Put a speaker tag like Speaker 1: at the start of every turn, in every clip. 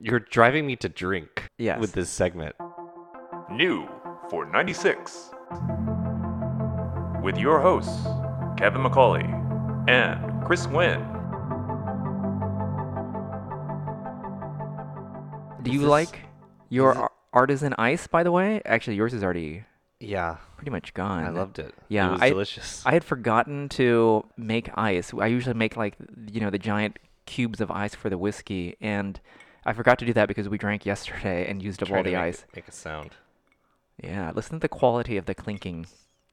Speaker 1: You're driving me to drink
Speaker 2: Yes.
Speaker 1: with this segment.
Speaker 3: New for 96. With your hosts, Kevin McCauley and Chris Nguyen.
Speaker 2: Do
Speaker 1: Is
Speaker 2: you
Speaker 1: this-
Speaker 2: like your
Speaker 1: is it-
Speaker 2: ar- artisan ice? By the way, actually, yours is already
Speaker 1: Yeah,
Speaker 2: pretty much gone.
Speaker 1: I loved it.
Speaker 2: Yeah,
Speaker 1: it was
Speaker 2: I-
Speaker 1: delicious.
Speaker 2: I had forgotten to make ice. I usually make like you know the giant cubes of ice for the whiskey, and I forgot to do that because we drank yesterday and used up
Speaker 1: Try
Speaker 2: all
Speaker 1: to
Speaker 2: the
Speaker 1: make
Speaker 2: ice.
Speaker 1: It, make a sound.
Speaker 2: Yeah, listen to the quality of the clinking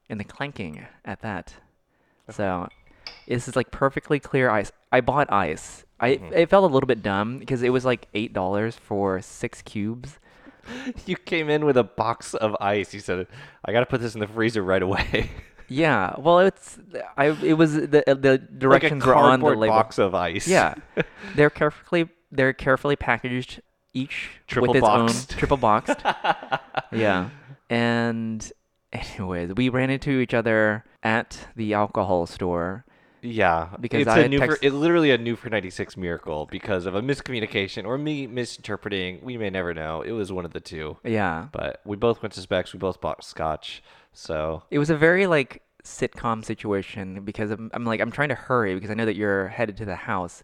Speaker 2: and the clanking at that. So, this is like perfectly clear ice. I bought ice. I
Speaker 1: Mm-hmm.
Speaker 2: it felt a little bit dumb because it was like eight dollars for six cubes.
Speaker 1: You came in with a box of ice. You said, "I got to put this in the freezer right away."
Speaker 2: Yeah, well, it's I. It was the uh, the
Speaker 1: like a
Speaker 2: directions were on the
Speaker 1: cardboard
Speaker 2: label.
Speaker 1: box of ice.
Speaker 2: Yeah, they're carefully they're carefully packaged each
Speaker 1: Triple
Speaker 2: with its
Speaker 1: boxed.
Speaker 2: own triple boxed. yeah, and anyways, we ran into each other at the alcohol store.
Speaker 1: Yeah,
Speaker 2: Because
Speaker 1: it's
Speaker 2: I
Speaker 1: a
Speaker 2: had
Speaker 1: new
Speaker 2: text-
Speaker 1: for, it, literally a new for ninety six miracle because of a miscommunication or me misinterpreting. We may never know. It was one of the two,
Speaker 2: Yeah,
Speaker 1: but we both went to Specs. We both bought scotch. So
Speaker 2: it was a very like sitcom situation because I'm, I'm like I'm trying to hurry because I know that you're headed to the house,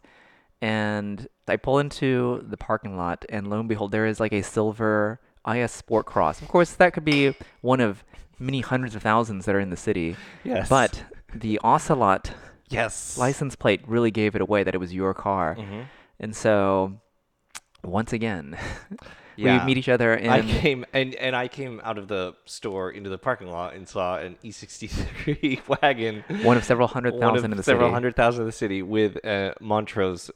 Speaker 2: and I pull into the parking lot and lo and behold there is like a silver IS Sport Cross. Of course, that could be one of many hundreds of thousands that are in the city.
Speaker 1: Yes.
Speaker 2: But the Ocelot
Speaker 1: yes,
Speaker 2: license plate really gave it away that it was your car,
Speaker 1: Mm-hmm.
Speaker 2: and so once again.
Speaker 1: Yeah.
Speaker 2: We meet each other in
Speaker 1: I came and and I came out of the store into the parking lot and saw an E sixty three wagon,
Speaker 2: one of several hundred
Speaker 1: one of
Speaker 2: thousand in the
Speaker 1: several
Speaker 2: city.
Speaker 1: hundred thousand in the city, with a Montrose,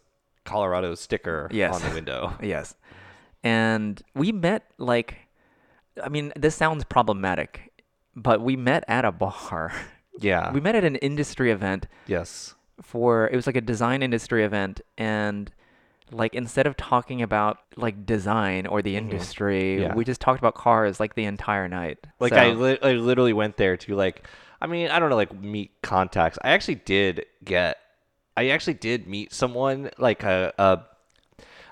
Speaker 1: Colorado sticker
Speaker 2: Yes.
Speaker 1: on the window.
Speaker 2: Yes. And we met like I mean, this sounds problematic, but we met at a bar.
Speaker 1: yeah.
Speaker 2: we met at an industry event
Speaker 1: yes.
Speaker 2: for it was like a design industry event and like instead of talking about like design or the industry,
Speaker 1: Mm-hmm. Yeah.
Speaker 2: we just talked about cars like the entire night.
Speaker 1: Like
Speaker 2: So-
Speaker 1: I, li- I literally went there to like, I mean, I don't know, like meet contacts. I actually did get, I actually did meet someone like a, a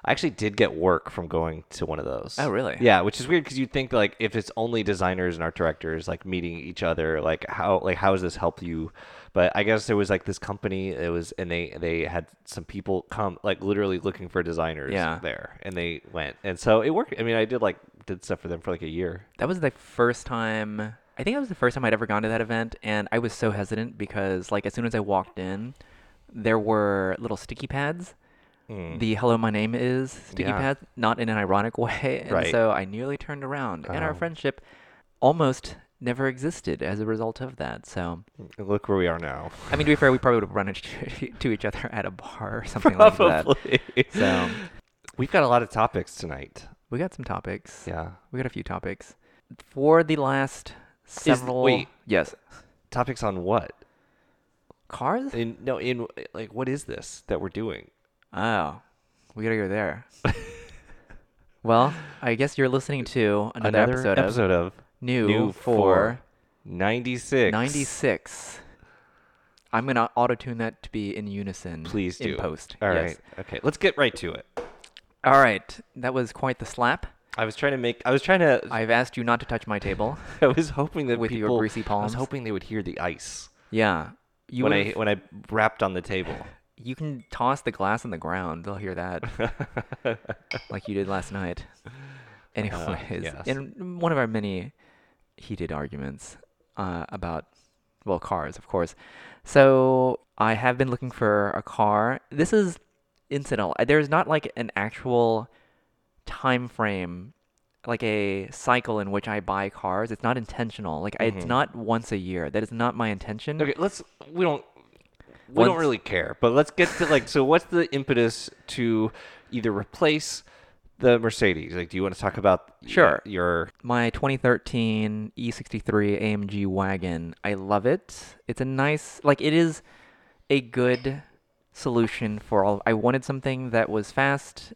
Speaker 1: I actually did get work from going to one of those.
Speaker 2: Oh, really?
Speaker 1: Yeah, which is weird because you'd think like if it's only designers and art directors like meeting each other, like how like how does this help you? But I guess there was like this company it was and they they had some people come like literally looking for designers
Speaker 2: Yeah.
Speaker 1: there and they went and so it worked. I mean, I did like did stuff for them for like a year.
Speaker 2: That was the first time. I think that was the first time I'd ever gone to that event, and I was so hesitant because, like, as soon as I walked in, there were little sticky pads. The "Hello, my name is" sticky
Speaker 1: Mm. Yeah.
Speaker 2: pads, not in an ironic way, and
Speaker 1: Right.
Speaker 2: so I nearly turned around, and our
Speaker 1: Oh.
Speaker 2: friendship almost never existed as a result of that. So,
Speaker 1: And look where we are now.
Speaker 2: I mean, to be fair, we probably would have run into to each other at a bar or something like that.
Speaker 1: Probably.
Speaker 2: So,
Speaker 1: We've got a lot of topics tonight.
Speaker 2: we got some topics.
Speaker 1: Yeah.
Speaker 2: We got a few topics for the last several.
Speaker 1: wait.
Speaker 2: yes,
Speaker 1: Topics on what?
Speaker 2: cars.
Speaker 1: In no, in like what is this that we're doing?
Speaker 2: Oh, we gotta go there. well, I guess you're listening to another, episode, of
Speaker 1: of
Speaker 2: New,
Speaker 1: New
Speaker 2: for
Speaker 1: 96.
Speaker 2: 96. I'm gonna auto tune that to be in unison.
Speaker 1: Please do.
Speaker 2: In post.
Speaker 1: All right.
Speaker 2: yes.
Speaker 1: Okay. Let's get right to it.
Speaker 2: All right. That was quite the slap.
Speaker 1: I was trying to make I was trying to I,
Speaker 2: I've asked you not to touch my table.
Speaker 1: was hoping that
Speaker 2: With your
Speaker 1: people
Speaker 2: greasy
Speaker 1: I
Speaker 2: palms.
Speaker 1: was hoping they would hear the ice
Speaker 2: Yeah. You
Speaker 1: when I
Speaker 2: would've-
Speaker 1: when I rapped on the table.
Speaker 2: you can toss the glass on the ground. They'll hear that, like you did last night. Anyways,
Speaker 1: Uh, yes.
Speaker 2: in one of our many heated arguments uh, about, well, cars, of course. So I have been looking for a car. This is incidental. Uh, There's not like an actual time frame, like a cycle in which I buy cars. It's not intentional. Like I it's not once a year. That is not my intention.
Speaker 1: Mm-hmm. Okay, let's we don't we don't
Speaker 2: Once-
Speaker 1: really care, but let's get to like so what's the impetus to either replace the Mercedes? Like do you want to talk about y-
Speaker 2: Sure.
Speaker 1: your
Speaker 2: my E 2013 E63 AMG wagon. I love it. It's a nice, like, it is a good solution for all. I wanted something that was fast,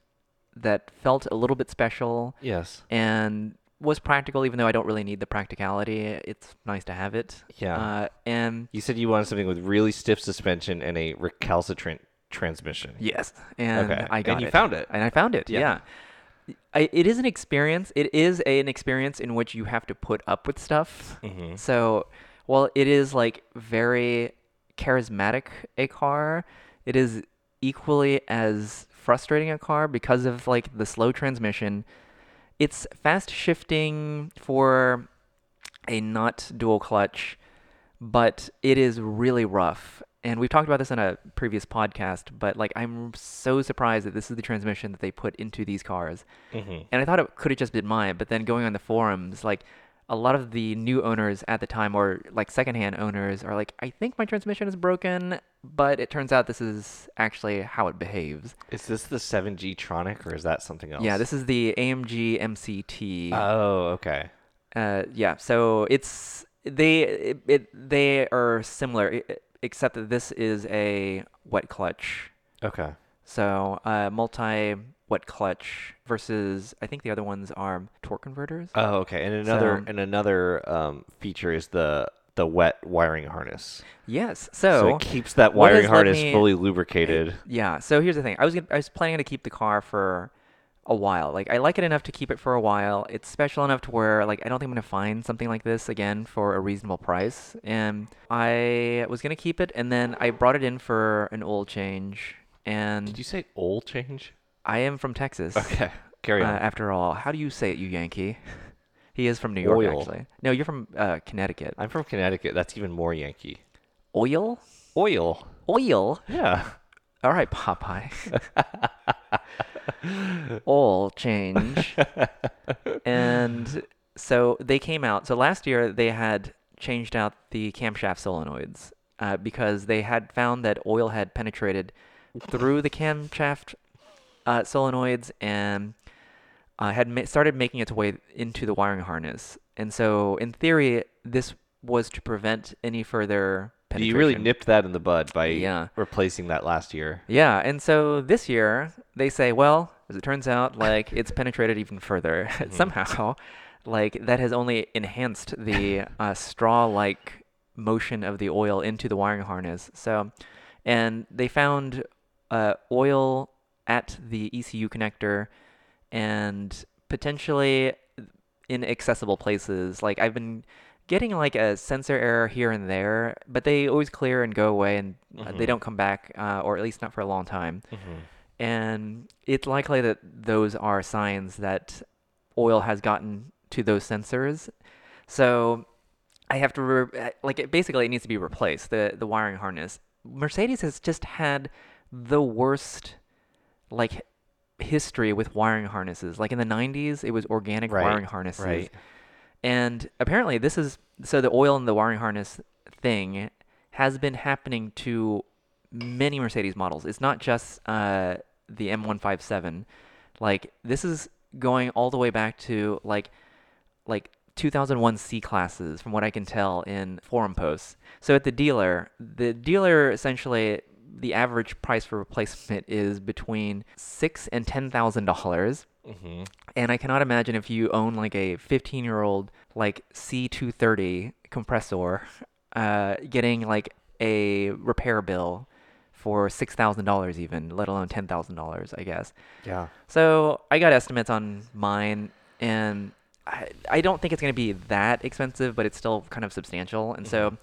Speaker 2: that felt a little bit special,
Speaker 1: Yes.
Speaker 2: and was practical, even though I don't really need the practicality. It's nice to have it.
Speaker 1: Yeah.
Speaker 2: Uh, and
Speaker 1: You said you wanted something with really stiff suspension and a recalcitrant transmission.
Speaker 2: yes, and
Speaker 1: Okay,
Speaker 2: I
Speaker 1: and
Speaker 2: got it.
Speaker 1: you found it.
Speaker 2: And I found it.
Speaker 1: Yeah.
Speaker 2: Yeah. I, it is an experience. It is a- an experience in which you have to put up with stuff.
Speaker 1: mm-hmm.
Speaker 2: So, while it is like very charismatic a car, it is equally as frustrating a car because of like the slow transmission. It's fast shifting for a not dual clutch, but it is really rough. And we've talked about this in a previous podcast, but like I'm so surprised that this is the transmission that they put into these cars. And I thought it could have just been mine, but then going on the forums, like a lot of the new owners at the time or like secondhand owners are like, I think my transmission is broken, but it turns out this is actually how it behaves.
Speaker 1: Is this the 7G Tronic or is that something else?
Speaker 2: Yeah, this is the AMG MCT.
Speaker 1: Oh, okay.
Speaker 2: Uh, yeah. So it's they it, it, they are similar, e- except that this is a wet clutch.
Speaker 1: Okay.
Speaker 2: So uh, multi wet clutch versus I think the other ones are torque converters.
Speaker 1: Oh, okay. And another
Speaker 2: So-
Speaker 1: and another um, feature is the the wet wiring harness.
Speaker 2: yes.
Speaker 1: So
Speaker 2: So.
Speaker 1: it keeps that
Speaker 2: what
Speaker 1: wiring
Speaker 2: has led
Speaker 1: harness
Speaker 2: me-
Speaker 1: fully lubricated.
Speaker 2: yeah. So here's the thing. I was gonna, I was planning to keep the car for a while. Like I like it enough to keep it for a while. It's special enough to where like I don't think I'm gonna find something like this again for a reasonable price. And I was gonna keep it, and then I brought it in for an oil change. And
Speaker 1: Did you say oil change?
Speaker 2: I am from Texas.
Speaker 1: Okay. Carry
Speaker 2: Uh,
Speaker 1: on.
Speaker 2: after all, how do you say it, you Yankee? he is from New York,
Speaker 1: Oil.
Speaker 2: actually. No, you're from uh, Connecticut.
Speaker 1: I'm from Connecticut. That's even more Yankee.
Speaker 2: Oil?
Speaker 1: Oil.
Speaker 2: Oil?
Speaker 1: Yeah.
Speaker 2: All right, Popeye. All change. and so they came out. So last year they had changed out the camshaft solenoids uh, because they had found that oil had penetrated through the camshaft uh, solenoids and uh, had ma- started making its way into the wiring harness. And so, in theory, this was to prevent any further penetration.
Speaker 1: You really nipped that in the bud by
Speaker 2: Yeah.
Speaker 1: replacing that last year.
Speaker 2: Yeah, and so this year they say, well, as it turns out, like it's penetrated even further somehow. Like that has only enhanced the uh, straw-like motion of the oil into the wiring harness. So, and they found uh, oil at the ECU connector and potentially in accessible places. Like I've been getting like a sensor error here and there, but they always clear and go away, and uh they don't come back, uh, or at least not for a long time.
Speaker 1: Mm-hmm.
Speaker 2: And it's likely that those are signs that oil has gotten to those sensors. So I have to re- uh, like it, basically it needs to be replaced the the wiring harness. Mercedes has just had the worst like history with wiring harnesses. Like in the 90s it was organic
Speaker 1: Right,
Speaker 2: wiring harnesses.
Speaker 1: right.
Speaker 2: And apparently this is so the oil in the wiring harness thing has been happening to many Mercedes models. It's not just uh, the M157. Like this is going all the way back to like like 2001 C classes, from what I can tell in forum posts. So at the dealer, the dealer essentially the average price for replacement is between six and ten thousand dollars.
Speaker 1: Mm-hmm.
Speaker 2: And I cannot imagine if you own like a 15 year old like C230 compressor, uh, getting like a repair bill for six thousand dollars even, let alone ten thousand dollars, I guess.
Speaker 1: Yeah.
Speaker 2: So I got estimates on mine, and I, I don't think it's going to be that expensive, but it's still kind of substantial. And so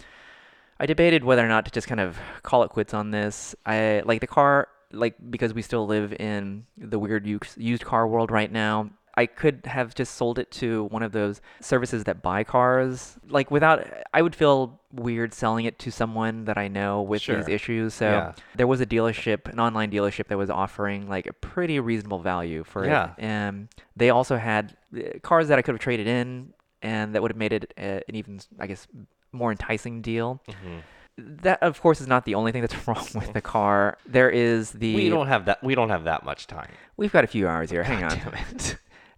Speaker 2: I debated whether or not to just kind of call it quits on this. I like the car, like because we still live in the weird u- used car world right now. I could have just sold it to one of those services that buy cars. Like without, I would feel weird selling it to someone that I know with
Speaker 1: Sure.
Speaker 2: these issues. So
Speaker 1: Yeah.
Speaker 2: there was a dealership, an online dealership that was offering like a pretty reasonable value for
Speaker 1: Yeah.
Speaker 2: it. And they also had uh, cars that I could have traded in and that would have made it uh, an even, I guess, more enticing deal.
Speaker 1: Mm-hmm.
Speaker 2: That, of course, is not the only thing that's wrong with the car. There is the.
Speaker 1: We don't have that. We don't have that much time.
Speaker 2: We've got a few hours here. Hang on.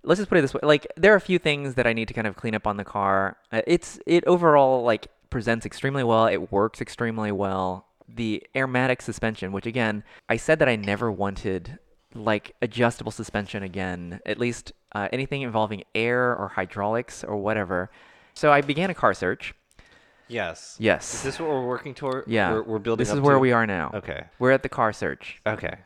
Speaker 2: Let's just put it this way. Like there are a few things that I need to kind of clean up on the car. Uh, it's it overall like presents extremely well. It works extremely well. The aromatic suspension, which again, I said that I never wanted like adjustable suspension again, at least uh, anything involving air or hydraulics or whatever. So I began a car search.
Speaker 1: Yes.
Speaker 2: Yes.
Speaker 1: Is this what we're working toward?
Speaker 2: yeah.
Speaker 1: We're, we're building.
Speaker 2: This
Speaker 1: up
Speaker 2: is where
Speaker 1: to?
Speaker 2: we are now.
Speaker 1: Okay.
Speaker 2: We're at the car search.
Speaker 1: Okay.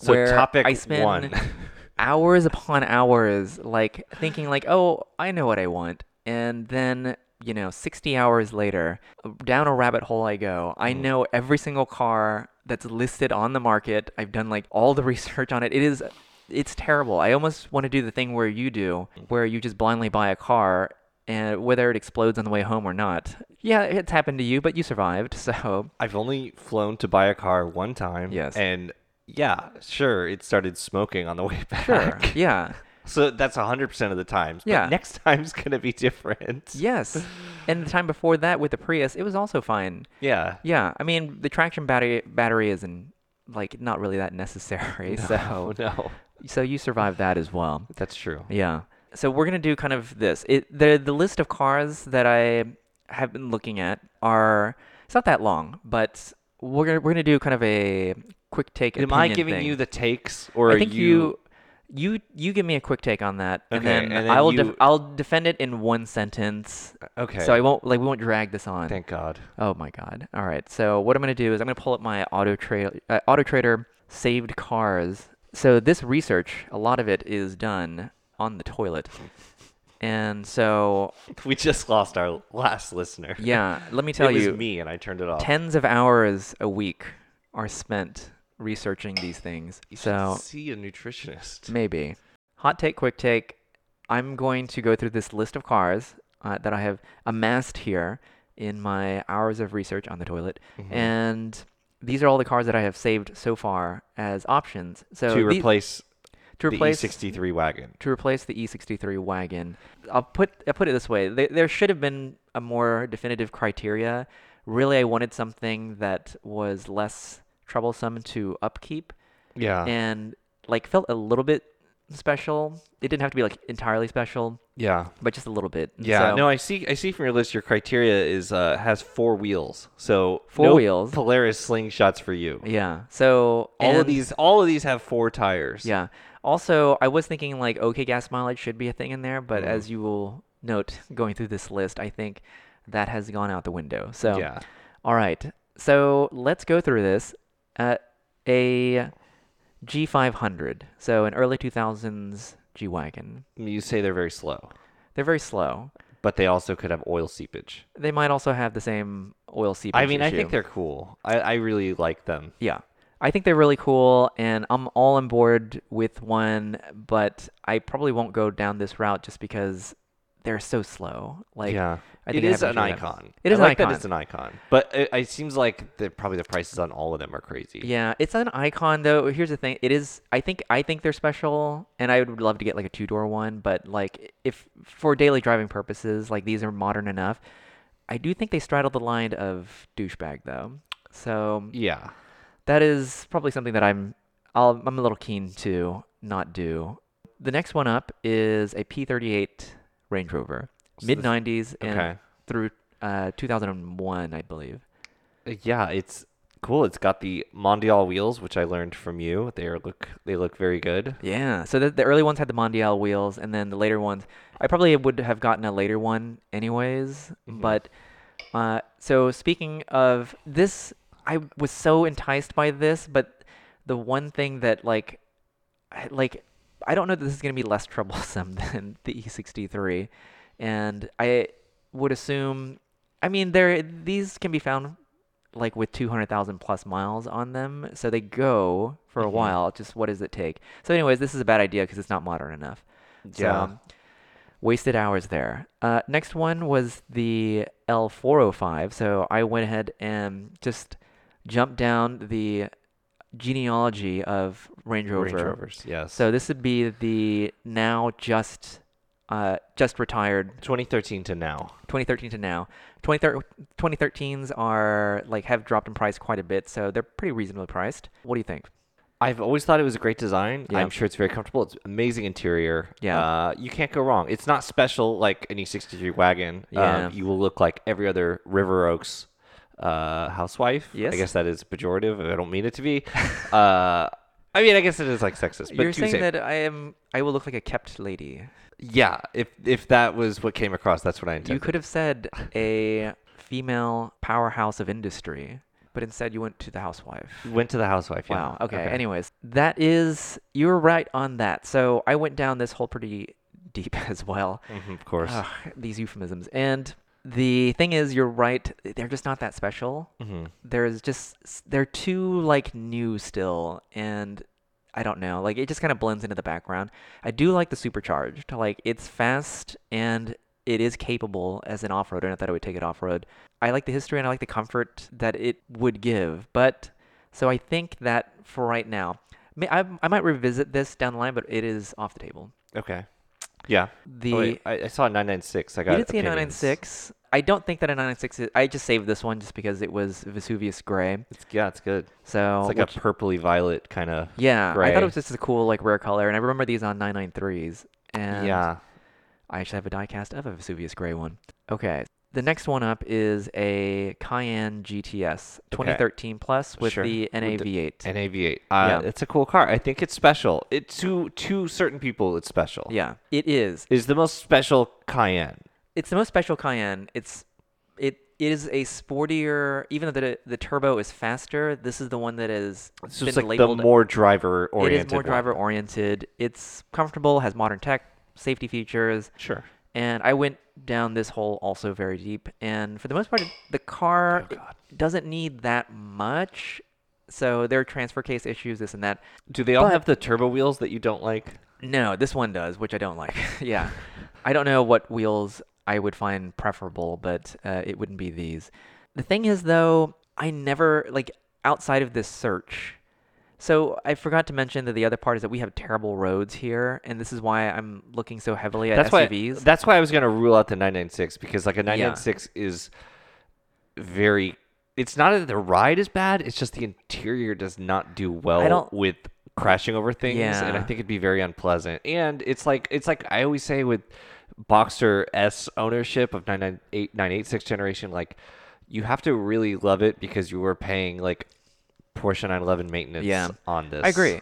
Speaker 1: So
Speaker 2: where
Speaker 1: topic
Speaker 2: I spin-
Speaker 1: one.
Speaker 2: hours upon hours, like thinking like, oh, I know what I want, and then you know, 60 hours later, down a rabbit hole I go. I
Speaker 1: Mm.
Speaker 2: know every single car that's listed on the market. I've done like all the research on it. It is it's terrible. I almost want to do the thing where you do,
Speaker 1: Mm.
Speaker 2: where you just blindly buy a car and whether it explodes on the way home or not. Yeah, it's happened to you, but you survived. So,
Speaker 1: I've only flown to buy a car one time.
Speaker 2: Yes.
Speaker 1: And yeah, sure, it started smoking on the way back.
Speaker 2: sure. yeah.
Speaker 1: So that's 100% of the times. but
Speaker 2: Yeah.
Speaker 1: next time's going to be different.
Speaker 2: Yes. And the time before that with the Prius, it was also fine.
Speaker 1: Yeah.
Speaker 2: Yeah, I mean, the traction battery battery isn't like not really that necessary.
Speaker 1: Oh,
Speaker 2: So,
Speaker 1: no.
Speaker 2: so you survived that as well.
Speaker 1: That's true.
Speaker 2: Yeah. So we're gonna do kind of this. It the the list of cars that I have been looking at are it's not that long, but we're gonna we're gonna do kind of a quick take.
Speaker 1: Am I
Speaker 2: opinion
Speaker 1: giving
Speaker 2: thing.
Speaker 1: you the takes or
Speaker 2: I think
Speaker 1: are you,
Speaker 2: you you you, give me a quick take on that, and,
Speaker 1: Okay,
Speaker 2: then
Speaker 1: and then
Speaker 2: I will def-
Speaker 1: you- Uh,
Speaker 2: I'll defend it in one sentence.
Speaker 1: Okay.
Speaker 2: So I won't like we won't drag this on.
Speaker 1: Thank God.
Speaker 2: Oh my God. All right. So what I'm going to do is I'm going to pull up my Auto, tra- uh, Auto Trader saved cars. So this research, a lot of it is done on the toilet. And so,
Speaker 1: We just lost our last listener.
Speaker 2: yeah, let me tell
Speaker 1: it was
Speaker 2: you,
Speaker 1: me and I turned it off.
Speaker 2: tens of hours a week are spent researching these things.
Speaker 1: You should
Speaker 2: So
Speaker 1: see a nutritionist.
Speaker 2: maybe. Hot take, quick take. I'm going to go through this list of cars uh, that I have amassed here in my hours of research on the toilet.
Speaker 1: Mm-hmm.
Speaker 2: And these are all the cars that I have saved so far as options. So
Speaker 1: to
Speaker 2: the-
Speaker 1: replace
Speaker 2: to replace
Speaker 1: the E E63 wagon.
Speaker 2: to replace the E63 wagon. I'll put I'll put it this way: there, there should have been a more definitive criteria. Really, I wanted something that was less troublesome to upkeep
Speaker 1: Yeah.
Speaker 2: and like felt a little bit special. It didn't have to be like entirely special,
Speaker 1: yeah.
Speaker 2: but just a little bit. And
Speaker 1: Yeah,
Speaker 2: so-
Speaker 1: no, I see. I see from your list, your criteria is uh, has four wheels. So
Speaker 2: Four
Speaker 1: no
Speaker 2: wheels.
Speaker 1: Polaris slingshots for you.
Speaker 2: yeah. So
Speaker 1: All of
Speaker 2: and-
Speaker 1: these, all of these have four tires.
Speaker 2: Yeah. Also, I was thinking like okay gas mileage should be a thing in there, but
Speaker 1: Mhm.
Speaker 2: as you will note going through this list, I think that has gone out the window. So,
Speaker 1: yeah.
Speaker 2: all right. So, let's go through this. Uh, a G500. So, an early 2000s G-Wagon.
Speaker 1: You say they're very slow,
Speaker 2: They're very slow.
Speaker 1: but they also could have oil seepage.
Speaker 2: They might also have the same oil seepage
Speaker 1: I mean, I think
Speaker 2: issue.
Speaker 1: they're cool. I, I really like them.
Speaker 2: Yeah. I think they're really cool and I'm all on board with one, but I probably won't go down this route just because they're so slow. Like
Speaker 1: yeah,
Speaker 2: I
Speaker 1: it
Speaker 2: think I
Speaker 1: is
Speaker 2: have
Speaker 1: an
Speaker 2: issue with that.
Speaker 1: icon.
Speaker 2: It is
Speaker 1: I
Speaker 2: an
Speaker 1: like
Speaker 2: icon.
Speaker 1: That it's an icon, but it, it seems like the, probably the prices on all of them are crazy.
Speaker 2: Yeah, it's an icon though. Here's the thing. It is I think I think they're special and I would love to get like a two-door one, but like if for daily driving purposes, like these are modern enough. I do think they straddle the line of douchebag though. So
Speaker 1: Yeah.
Speaker 2: that is probably something that I'm I'll, I'm a little keen to not do. The next one up is a P38 Range Rover,
Speaker 1: So
Speaker 2: mid
Speaker 1: this-
Speaker 2: 90s and
Speaker 1: Okay.
Speaker 2: through uh, 2001, I believe.
Speaker 1: Uh, Yeah, it's cool. It's got the Mondial wheels, which I learned from you. They are look they look very good.
Speaker 2: Yeah, so the, the early ones had the Mondial wheels, and then the later ones, I probably would have gotten a later one anyways. But uh, so speaking of this, I was so enticed by this, but the one thing that like, I- like, I don't know that this is gonna be less troublesome than the E63, and I would assume, I mean, there these can be found like with 200,000 plus miles on them. So they go for a
Speaker 1: Mhm.
Speaker 2: while. Just what does it take? So, anyways, this is a bad idea because it's not modern enough.
Speaker 1: Yeah.
Speaker 2: So, wasted hours there. Uh, next one was the L405. So I went ahead and just jumped down the genealogy of Range Rover.
Speaker 1: Range Rovers, yes.
Speaker 2: So this would be the now just uh, just retired
Speaker 1: 2013 to now.
Speaker 2: 2013 to now. 2013 2013s are like have dropped in price quite a bit, so they're pretty reasonably priced. What do you think?
Speaker 1: I've always thought it was a great design.
Speaker 2: Yeah.
Speaker 1: I'm sure it's very comfortable. It's amazing interior.
Speaker 2: Yeah.
Speaker 1: Uh, you can't go wrong. It's not special like an E63 wagon.
Speaker 2: Yeah.
Speaker 1: Um, you will look like every other River Oaks uh, housewife.
Speaker 2: Yes.
Speaker 1: I guess that is pejorative. I don't mean it to be. uh, I mean, I guess it is like sexist. But
Speaker 2: You're
Speaker 1: to
Speaker 2: saying
Speaker 1: say-
Speaker 2: that I am I will look like a kept lady.
Speaker 1: Yeah. If if that was what came across, that's what I intended.
Speaker 2: You could have said a female powerhouse of industry, but instead you went to the housewife.
Speaker 1: Went to the housewife. Yeah.
Speaker 2: Wow. Okay. Anyways, that is you were right on that. So I went down this hole pretty deep as well.
Speaker 1: Mhm, of course.
Speaker 2: Ugh, these euphemisms. And the thing is, you're right. They're just not that special.
Speaker 1: hmm
Speaker 2: There's just s- they're too like new still, and I don't know. Like it just kind of blends into the background. I do like the supercharged. Like it's fast and it is capable as an off roader. Not that I would take it off road. I like the history and I like the comfort that it would give. But so I think that for right now, may- I, I might revisit this down the line, but it is off the table.
Speaker 1: Okay. Yeah.
Speaker 2: The
Speaker 1: oh, wait, I, I saw a 996. I got
Speaker 2: you did see a
Speaker 1: opinions.
Speaker 2: 996. I don't think that a 996 is. I just saved this one just because it was Vesuvius Gray.
Speaker 1: It's, yeah, it's good.
Speaker 2: So
Speaker 1: It's like
Speaker 2: Oh, which-
Speaker 1: a purpley violet kind of.
Speaker 2: yeah, I thought
Speaker 1: gray.
Speaker 2: it was just a cool like rare color, and I remember these on 993s. And
Speaker 1: Yeah.
Speaker 2: I actually have a diecast of a Vesuvius Gray one. Okay, the next one up is a Cayenne GTS 2013 plus with
Speaker 1: Sure.
Speaker 2: the
Speaker 1: With the-
Speaker 2: NAV8.
Speaker 1: NAV8. Uh,
Speaker 2: Yeah.
Speaker 1: It's a cool car. I think it's special. It to to certain people, it's special.
Speaker 2: yeah, it is.
Speaker 1: It's the most special Cayenne.
Speaker 2: It's the most special Cayenne. It's it is a sportier. Even though the the turbo is faster, this is the one that is
Speaker 1: It's just
Speaker 2: been
Speaker 1: like the
Speaker 2: labeled
Speaker 1: more driver oriented.
Speaker 2: It is more driver oriented. It's comfortable, has modern tech, safety features,
Speaker 1: Sure.
Speaker 2: and I went down this hole also very deep. And for the most part, the car
Speaker 1: Oh, God.
Speaker 2: doesn't need that much. So there are transfer case issues, this and that.
Speaker 1: Do they all
Speaker 2: But-
Speaker 1: have the turbo wheels that you don't like?
Speaker 2: No, this one does, which I don't like. yeah, I don't know what wheels I would find preferable, but uh, it wouldn't be these. The thing is, though, I never like outside of this search. So I forgot to mention that the other part is that we have terrible roads here, and this is why I'm looking so heavily at
Speaker 1: That's why.
Speaker 2: SUVs.
Speaker 1: That's why I was gonna rule out the 996 because like a 996 is very. It's not that the ride is bad. It's just the interior does not do well
Speaker 2: don't-
Speaker 1: with crashing over things, and I
Speaker 2: Yeah.
Speaker 1: think it'd be very unpleasant. And it's like it's like I always say with Boxer S ownership of 998 986 generation, like you have to really love it because you were paying like Porsche 911 maintenance
Speaker 2: Yeah.
Speaker 1: on this.
Speaker 2: I agree,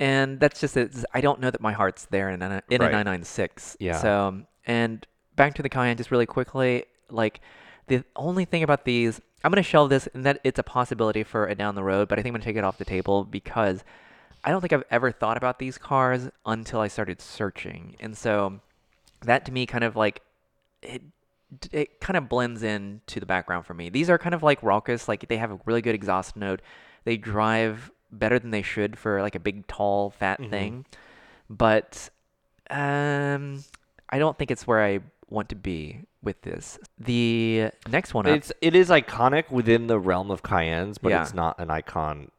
Speaker 2: and that's just it. I don't know that my heart's there in a, nine- in a
Speaker 1: Right.
Speaker 2: 996.
Speaker 1: Yeah.
Speaker 2: So um, and back to the Cayenne just really quickly. Like the only thing about these, I'm gonna shelve this, and that it's a possibility for a down the road, but I think I'm gonna take it off the table because I don't think I've ever thought about these cars until I started searching, and so that to me kind of like it d- it kind of blends in to the background for me. These are kind of like raucous, like they have a really good exhaust note. They drive better than they should for like a big, tall, fat thing. But um I don't think it's where I want to be with this. The next one up
Speaker 1: It's it is iconic within the realm of Cayennes, but
Speaker 2: Yeah.
Speaker 1: it's not an icon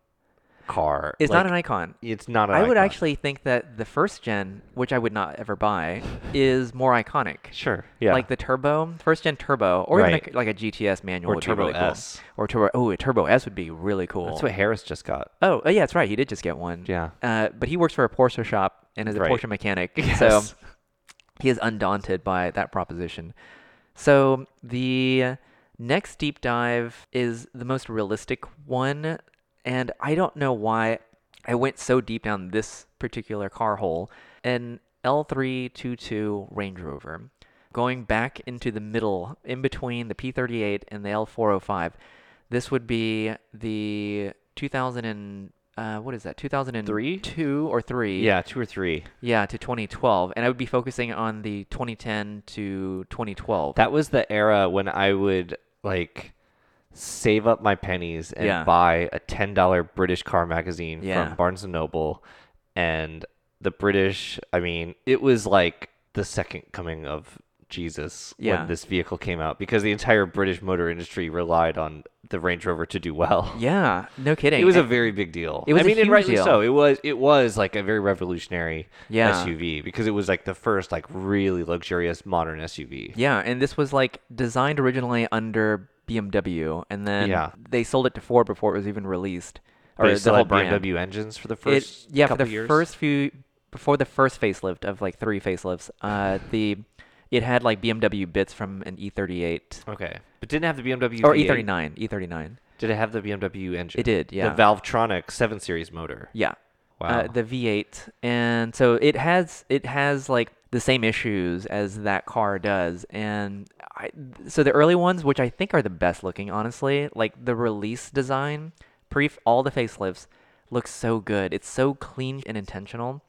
Speaker 1: car.
Speaker 2: is not an
Speaker 1: Like,
Speaker 2: icon.
Speaker 1: It's not. An
Speaker 2: I would
Speaker 1: icon.
Speaker 2: actually think that the first gen, which I would not ever buy, is more iconic.
Speaker 1: sure. Yeah.
Speaker 2: Like the turbo, first gen turbo, or even
Speaker 1: Right.
Speaker 2: a, like a GTS manual,
Speaker 1: Or
Speaker 2: would
Speaker 1: Turbo
Speaker 2: be really cool.
Speaker 1: S.
Speaker 2: or turbo. Oh, a turbo S would be really cool.
Speaker 1: that's what Harris just got.
Speaker 2: oh, oh, yeah, that's right. He did just get one.
Speaker 1: Yeah.
Speaker 2: Uh, but he works for a Porsche shop and is a
Speaker 1: Right.
Speaker 2: Porsche mechanic, so
Speaker 1: Yes.
Speaker 2: he is undaunted by that proposition. So the next deep dive is the most realistic one, and I don't know why I went so deep down this particular car hole. An L322 Range Rover, going back into the middle, in between the P38 and the L405. This would be the 2000 and uh, what is that? 2003, two or three?
Speaker 1: Yeah, two or three.
Speaker 2: Yeah, to 2012, and I would be focusing on the 2010 to 2012.
Speaker 1: That was the era when I would like save up my pennies and
Speaker 2: Yeah.
Speaker 1: buy a ten dollar British car magazine
Speaker 2: Yeah.
Speaker 1: from Barnes and Noble, and the British. I mean, it was like the second coming of Jesus
Speaker 2: Yeah.
Speaker 1: when this vehicle came out because the entire British motor industry relied on the Range Rover to do well.
Speaker 2: yeah, no kidding.
Speaker 1: It was a
Speaker 2: And-
Speaker 1: very big deal.
Speaker 2: It was
Speaker 1: I
Speaker 2: a
Speaker 1: mean,
Speaker 2: huge
Speaker 1: and rightly
Speaker 2: deal.
Speaker 1: so. It was it was like a very revolutionary
Speaker 2: Yeah.
Speaker 1: SUV because it was like the first like really luxurious modern SUV.
Speaker 2: yeah, and this was like designed originally under BMW, and then
Speaker 1: Yeah.
Speaker 2: they sold it to Ford before it was even released,
Speaker 1: But
Speaker 2: or
Speaker 1: it still
Speaker 2: the whole
Speaker 1: had
Speaker 2: brand.
Speaker 1: BMW engines for the
Speaker 2: It-
Speaker 1: first
Speaker 2: yeah, for
Speaker 1: couple
Speaker 2: the
Speaker 1: years.
Speaker 2: first few before the first facelift of like three facelifts, uh, the it had like BMW bits from an E38
Speaker 1: Okay, but didn't have the BMW
Speaker 2: or E
Speaker 1: V8.
Speaker 2: E39, E39.
Speaker 1: Did it have the BMW engine?
Speaker 2: It did, yeah.
Speaker 1: The Valvetronic Seven Series motor.
Speaker 2: Yeah.
Speaker 1: Wow.
Speaker 2: uh, the V8, and so it has it has like the same issues as that car does, and I, so the early ones, which I think are the best looking, honestly, like the release design, pre all the facelifts, looks so good. It's so clean and intentional,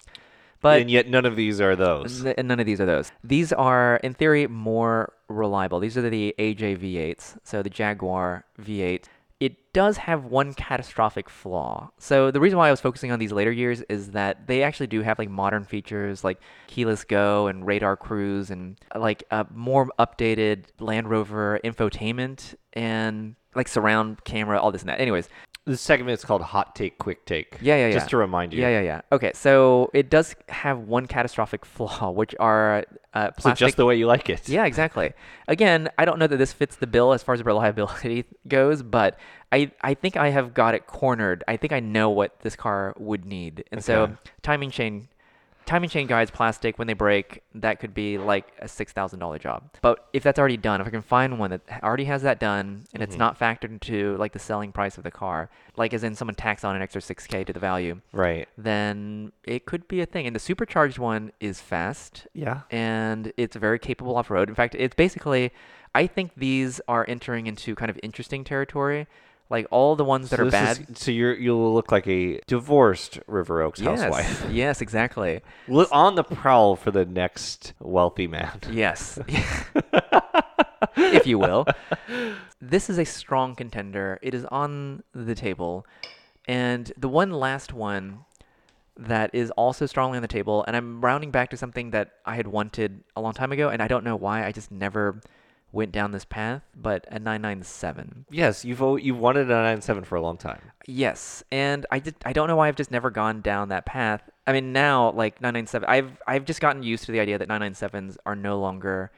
Speaker 2: but
Speaker 1: and yet none of these are those.
Speaker 2: N- none of these are those. These are, in theory, more reliable. These are the AJ V8s, so the Jaguar V8. It does have one catastrophic flaw. So the reason why I was focusing on these later years is that they actually do have like modern features like keyless go and radar cruise and like a more updated Land Rover infotainment and like surround camera, all this and that. Anyways,
Speaker 1: The segment is called Hot Take, Quick Take.
Speaker 2: yeah, yeah, yeah.
Speaker 1: Just to remind you.
Speaker 2: Yeah, yeah, yeah. Okay, so it does have one catastrophic flaw, which are uh,
Speaker 1: So
Speaker 2: plastic.
Speaker 1: just the way you like it.
Speaker 2: yeah, exactly. Again, I don't know that this fits the bill as far as reliability goes, but I I think I have got it cornered. I think I know what this car would need, and so
Speaker 1: Okay.
Speaker 2: timing chain. Timing chain guides, plastic, when they break, that could be like a $6,000 job. But if that's already done, if I can find one that already has that done and it's not factored into like the selling price of the car, like as in someone tax on an extra 6K to the value,
Speaker 1: Right.
Speaker 2: then it could be a thing. And the supercharged one is fast
Speaker 1: Yeah.
Speaker 2: and it's very capable off road. In fact, it's basically, I think these are entering into kind of interesting territory. Like all the ones that
Speaker 1: so
Speaker 2: are
Speaker 1: this
Speaker 2: bad.
Speaker 1: is- so you're you'll look like a divorced River Oaks housewife.
Speaker 2: yes, yes, exactly.
Speaker 1: Look on the prowl for the next wealthy man.
Speaker 2: Yes. if you will. This is a strong contender. It is on the table. And the one last one that is also strongly on the table, and I'm rounding back to something that I had wanted a long time ago, and I don't know why. I just never went down this path, but a 997.
Speaker 1: Yes, you've al- you've wanted a nine seven for a long time.
Speaker 2: Yes, and I did. I don't know why I've just never gone down that path. I mean, now like 997, I've I've just gotten used to the idea that 997s are no longer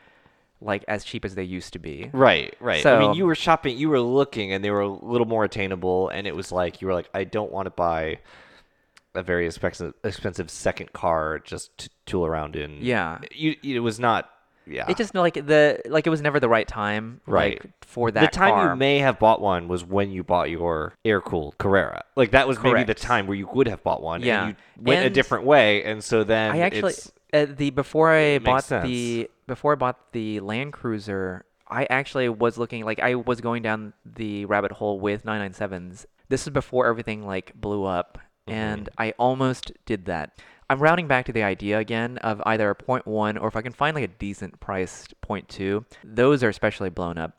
Speaker 2: like as cheap as they used to be.
Speaker 1: Right, right. I
Speaker 2: So-
Speaker 1: mean, you were shopping, you were looking, and they were a little more attainable. And it was like you were like, I don't want to buy a very expensive, expensive second car just to tool around in.
Speaker 2: Yeah.
Speaker 1: you, it was not. Yeah,
Speaker 2: It just like the like it was never the right time.
Speaker 1: Right.
Speaker 2: like, for that.
Speaker 1: the time
Speaker 2: car.
Speaker 1: you may have bought one was when you bought your air cooled Carrera. Like that was maybe
Speaker 2: Correct.
Speaker 1: the time where you would have bought one.
Speaker 2: Yeah.
Speaker 1: and you went a
Speaker 2: And-
Speaker 1: different way, and so then
Speaker 2: I actually
Speaker 1: it's-
Speaker 2: uh, the before I
Speaker 1: It
Speaker 2: bought
Speaker 1: makes
Speaker 2: the before I bought the Land Cruiser, I actually was looking like I was going down the rabbit hole with 997s. This is before everything like blew up
Speaker 1: Mm-hmm.
Speaker 2: and I almost did that. I'm rounding back to the idea again of either a 0.1 or if I can find like a decent priced 0.2. Those are especially blown up.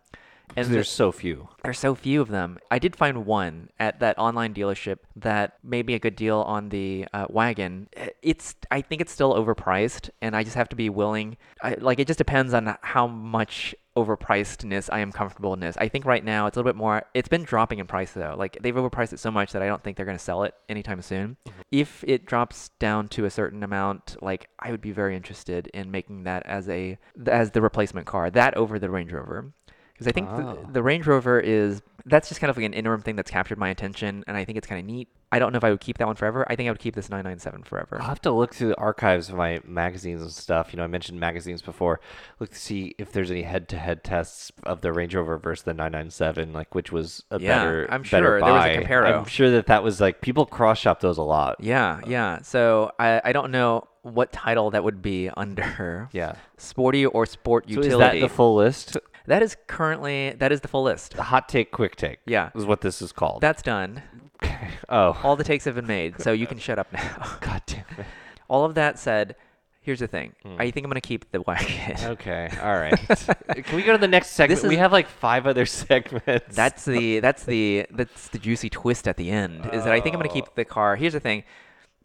Speaker 2: And the-
Speaker 1: there's so few.
Speaker 2: there's so few of them. I did find one at that online dealership that made me a good deal on the uh, wagon. It's I think it's still overpriced, and I just have to be willing. I, like it just depends on how much overpricedness I am comfortable in this. I think right now it's a little bit more. It's been dropping in price though. Like they've overpriced it so much that I don't think they're going to sell it anytime soon. If it drops down to a certain amount, like I would be very interested in making that as a as the replacement car. That over the Range Rover. Because I think
Speaker 1: Ah.
Speaker 2: th- the Range Rover is that's just kind of like an interim thing that's captured my attention, and I think it's kind of neat. I don't know if I would keep that one forever. I think I would keep this 997 forever.
Speaker 1: I'll have to look through the archives of my magazines and stuff. You know, I mentioned magazines before. Look to see if there's any head-to-head tests of the Range Rover versus the 997, like which was a
Speaker 2: Yeah,
Speaker 1: better,
Speaker 2: I'm
Speaker 1: better
Speaker 2: sure there was a
Speaker 1: buy.
Speaker 2: comparo.
Speaker 1: I'm sure that that was like people cross-shop those a lot.
Speaker 2: yeah, yeah. So I, I don't know what title that would be under
Speaker 1: Yeah.
Speaker 2: sporty or sport
Speaker 1: So
Speaker 2: utility.
Speaker 1: is that the full list?
Speaker 2: that is currently that is the full list.
Speaker 1: The hot take, quick take.
Speaker 2: Yeah.
Speaker 1: is what this is called.
Speaker 2: That's done.
Speaker 1: oh,
Speaker 2: All the takes have been made, so you can shut up now.
Speaker 1: god damn it.
Speaker 2: All of that said, here's the thing. I think I'm gonna keep the wagon.
Speaker 1: Hmm. Okay, all right. Can we go to the next segment?
Speaker 2: This is-
Speaker 1: we have like five other segments.
Speaker 2: That's the that's the that's the juicy twist at the end. Is that I think I'm gonna
Speaker 1: Oh.
Speaker 2: keep the car. Here's the thing.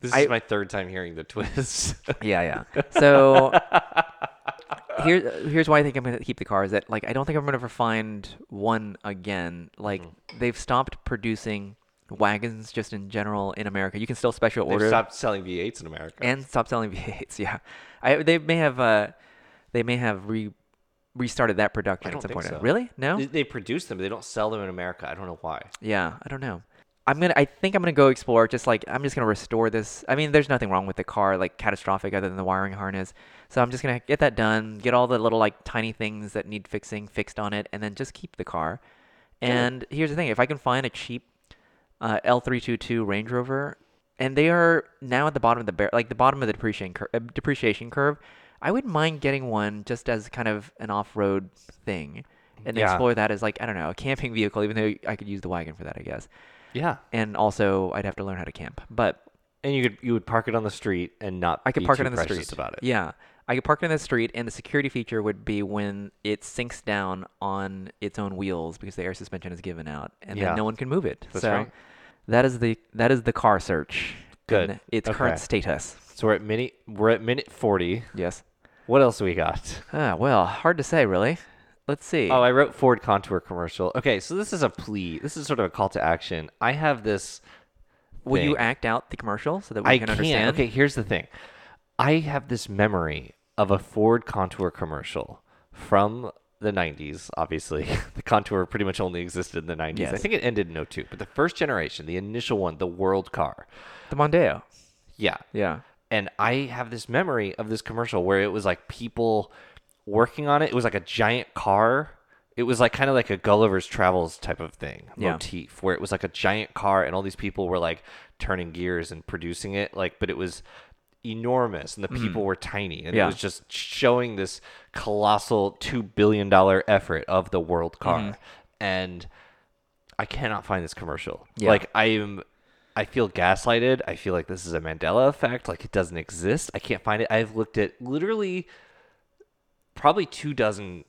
Speaker 1: this
Speaker 2: I-
Speaker 1: is my third time hearing the twist.
Speaker 2: Yeah, yeah. So here here's why I think I'm gonna keep the car is that like I don't think I'm gonna ever find one again. Like
Speaker 1: Hmm.
Speaker 2: they've stopped producing wagons just in general in America. You can still special
Speaker 1: They've
Speaker 2: order
Speaker 1: stopped selling V8s in America.
Speaker 2: and stop selling V8s. Yeah, I they may have uh they may have re restarted that production
Speaker 1: I don't
Speaker 2: at some
Speaker 1: think
Speaker 2: point.
Speaker 1: so.
Speaker 2: Really? No.
Speaker 1: They, they produce them, but they don't sell them in America. I don't know why.
Speaker 2: Yeah, I don't know. I'm gonna. I think I'm gonna go explore. Just like I'm just gonna restore this. I mean, there's nothing wrong with the car, like catastrophic, other than the wiring harness. So I'm just gonna get that done. Get all the little like tiny things that need fixing fixed on it, and then just keep the car. And here's the thing: if I can find a cheap uh, L322 Range Rover, and they are now at the bottom of the bear, like the bottom of the depreciation cur- uh, depreciation curve. I wouldn't mind getting one just as kind of an off-road thing, and
Speaker 1: Yeah.
Speaker 2: explore that as like I don't know a camping vehicle. Even though I could use the wagon for that, I guess.
Speaker 1: Yeah.
Speaker 2: And also, I'd have to learn how to camp, but
Speaker 1: And you could you would park it on the street and not
Speaker 2: I could
Speaker 1: be
Speaker 2: park
Speaker 1: too
Speaker 2: it on the
Speaker 1: precious
Speaker 2: street.
Speaker 1: about it.
Speaker 2: Yeah, I could park it on the street, and the security feature would be when it sinks down on its own wheels because the air suspension is given out, and
Speaker 1: Yeah.
Speaker 2: then no one can move it.
Speaker 1: That's
Speaker 2: so
Speaker 1: right.
Speaker 2: that is the that is the car search.
Speaker 1: Good.
Speaker 2: in Its
Speaker 1: Okay.
Speaker 2: current status.
Speaker 1: So we're at minute we're at minute forty.
Speaker 2: Yes.
Speaker 1: What else we got?
Speaker 2: Ah, well, hard to say, really. Let's see.
Speaker 1: Oh, I wrote Ford Contour commercial. Okay, so this is a plea. This is sort of a call to action. I have this.
Speaker 2: Will you
Speaker 1: thing.
Speaker 2: act out the commercial so that we
Speaker 1: I
Speaker 2: can
Speaker 1: can't.
Speaker 2: understand?
Speaker 1: Okay, here's the thing. I have this memory of a Ford Contour commercial from the 90s, obviously. the Contour pretty much only existed in the 90s. I
Speaker 2: Yes.
Speaker 1: think it ended in 02, but the first generation, the initial one, the world car.
Speaker 2: The Mondeo.
Speaker 1: Yeah.
Speaker 2: Yeah.
Speaker 1: And I have this memory of this commercial where it was like people working on it. It was like a giant car. It was like kind of like a Gulliver's Travels type of thing
Speaker 2: Yeah.
Speaker 1: motif, where it was like a giant car and all these people were like turning gears and producing it. Like, but it was enormous and the people were tiny and it
Speaker 2: Mm-hmm. Yeah.
Speaker 1: was just showing this colossal two billion dollar effort of the world car
Speaker 2: Mm-hmm.
Speaker 1: and i cannot find this commercial
Speaker 2: Yeah.
Speaker 1: like i am i feel gaslighted i feel like this is a mandela effect like it doesn't exist i can't find it i've looked at literally probably two dozen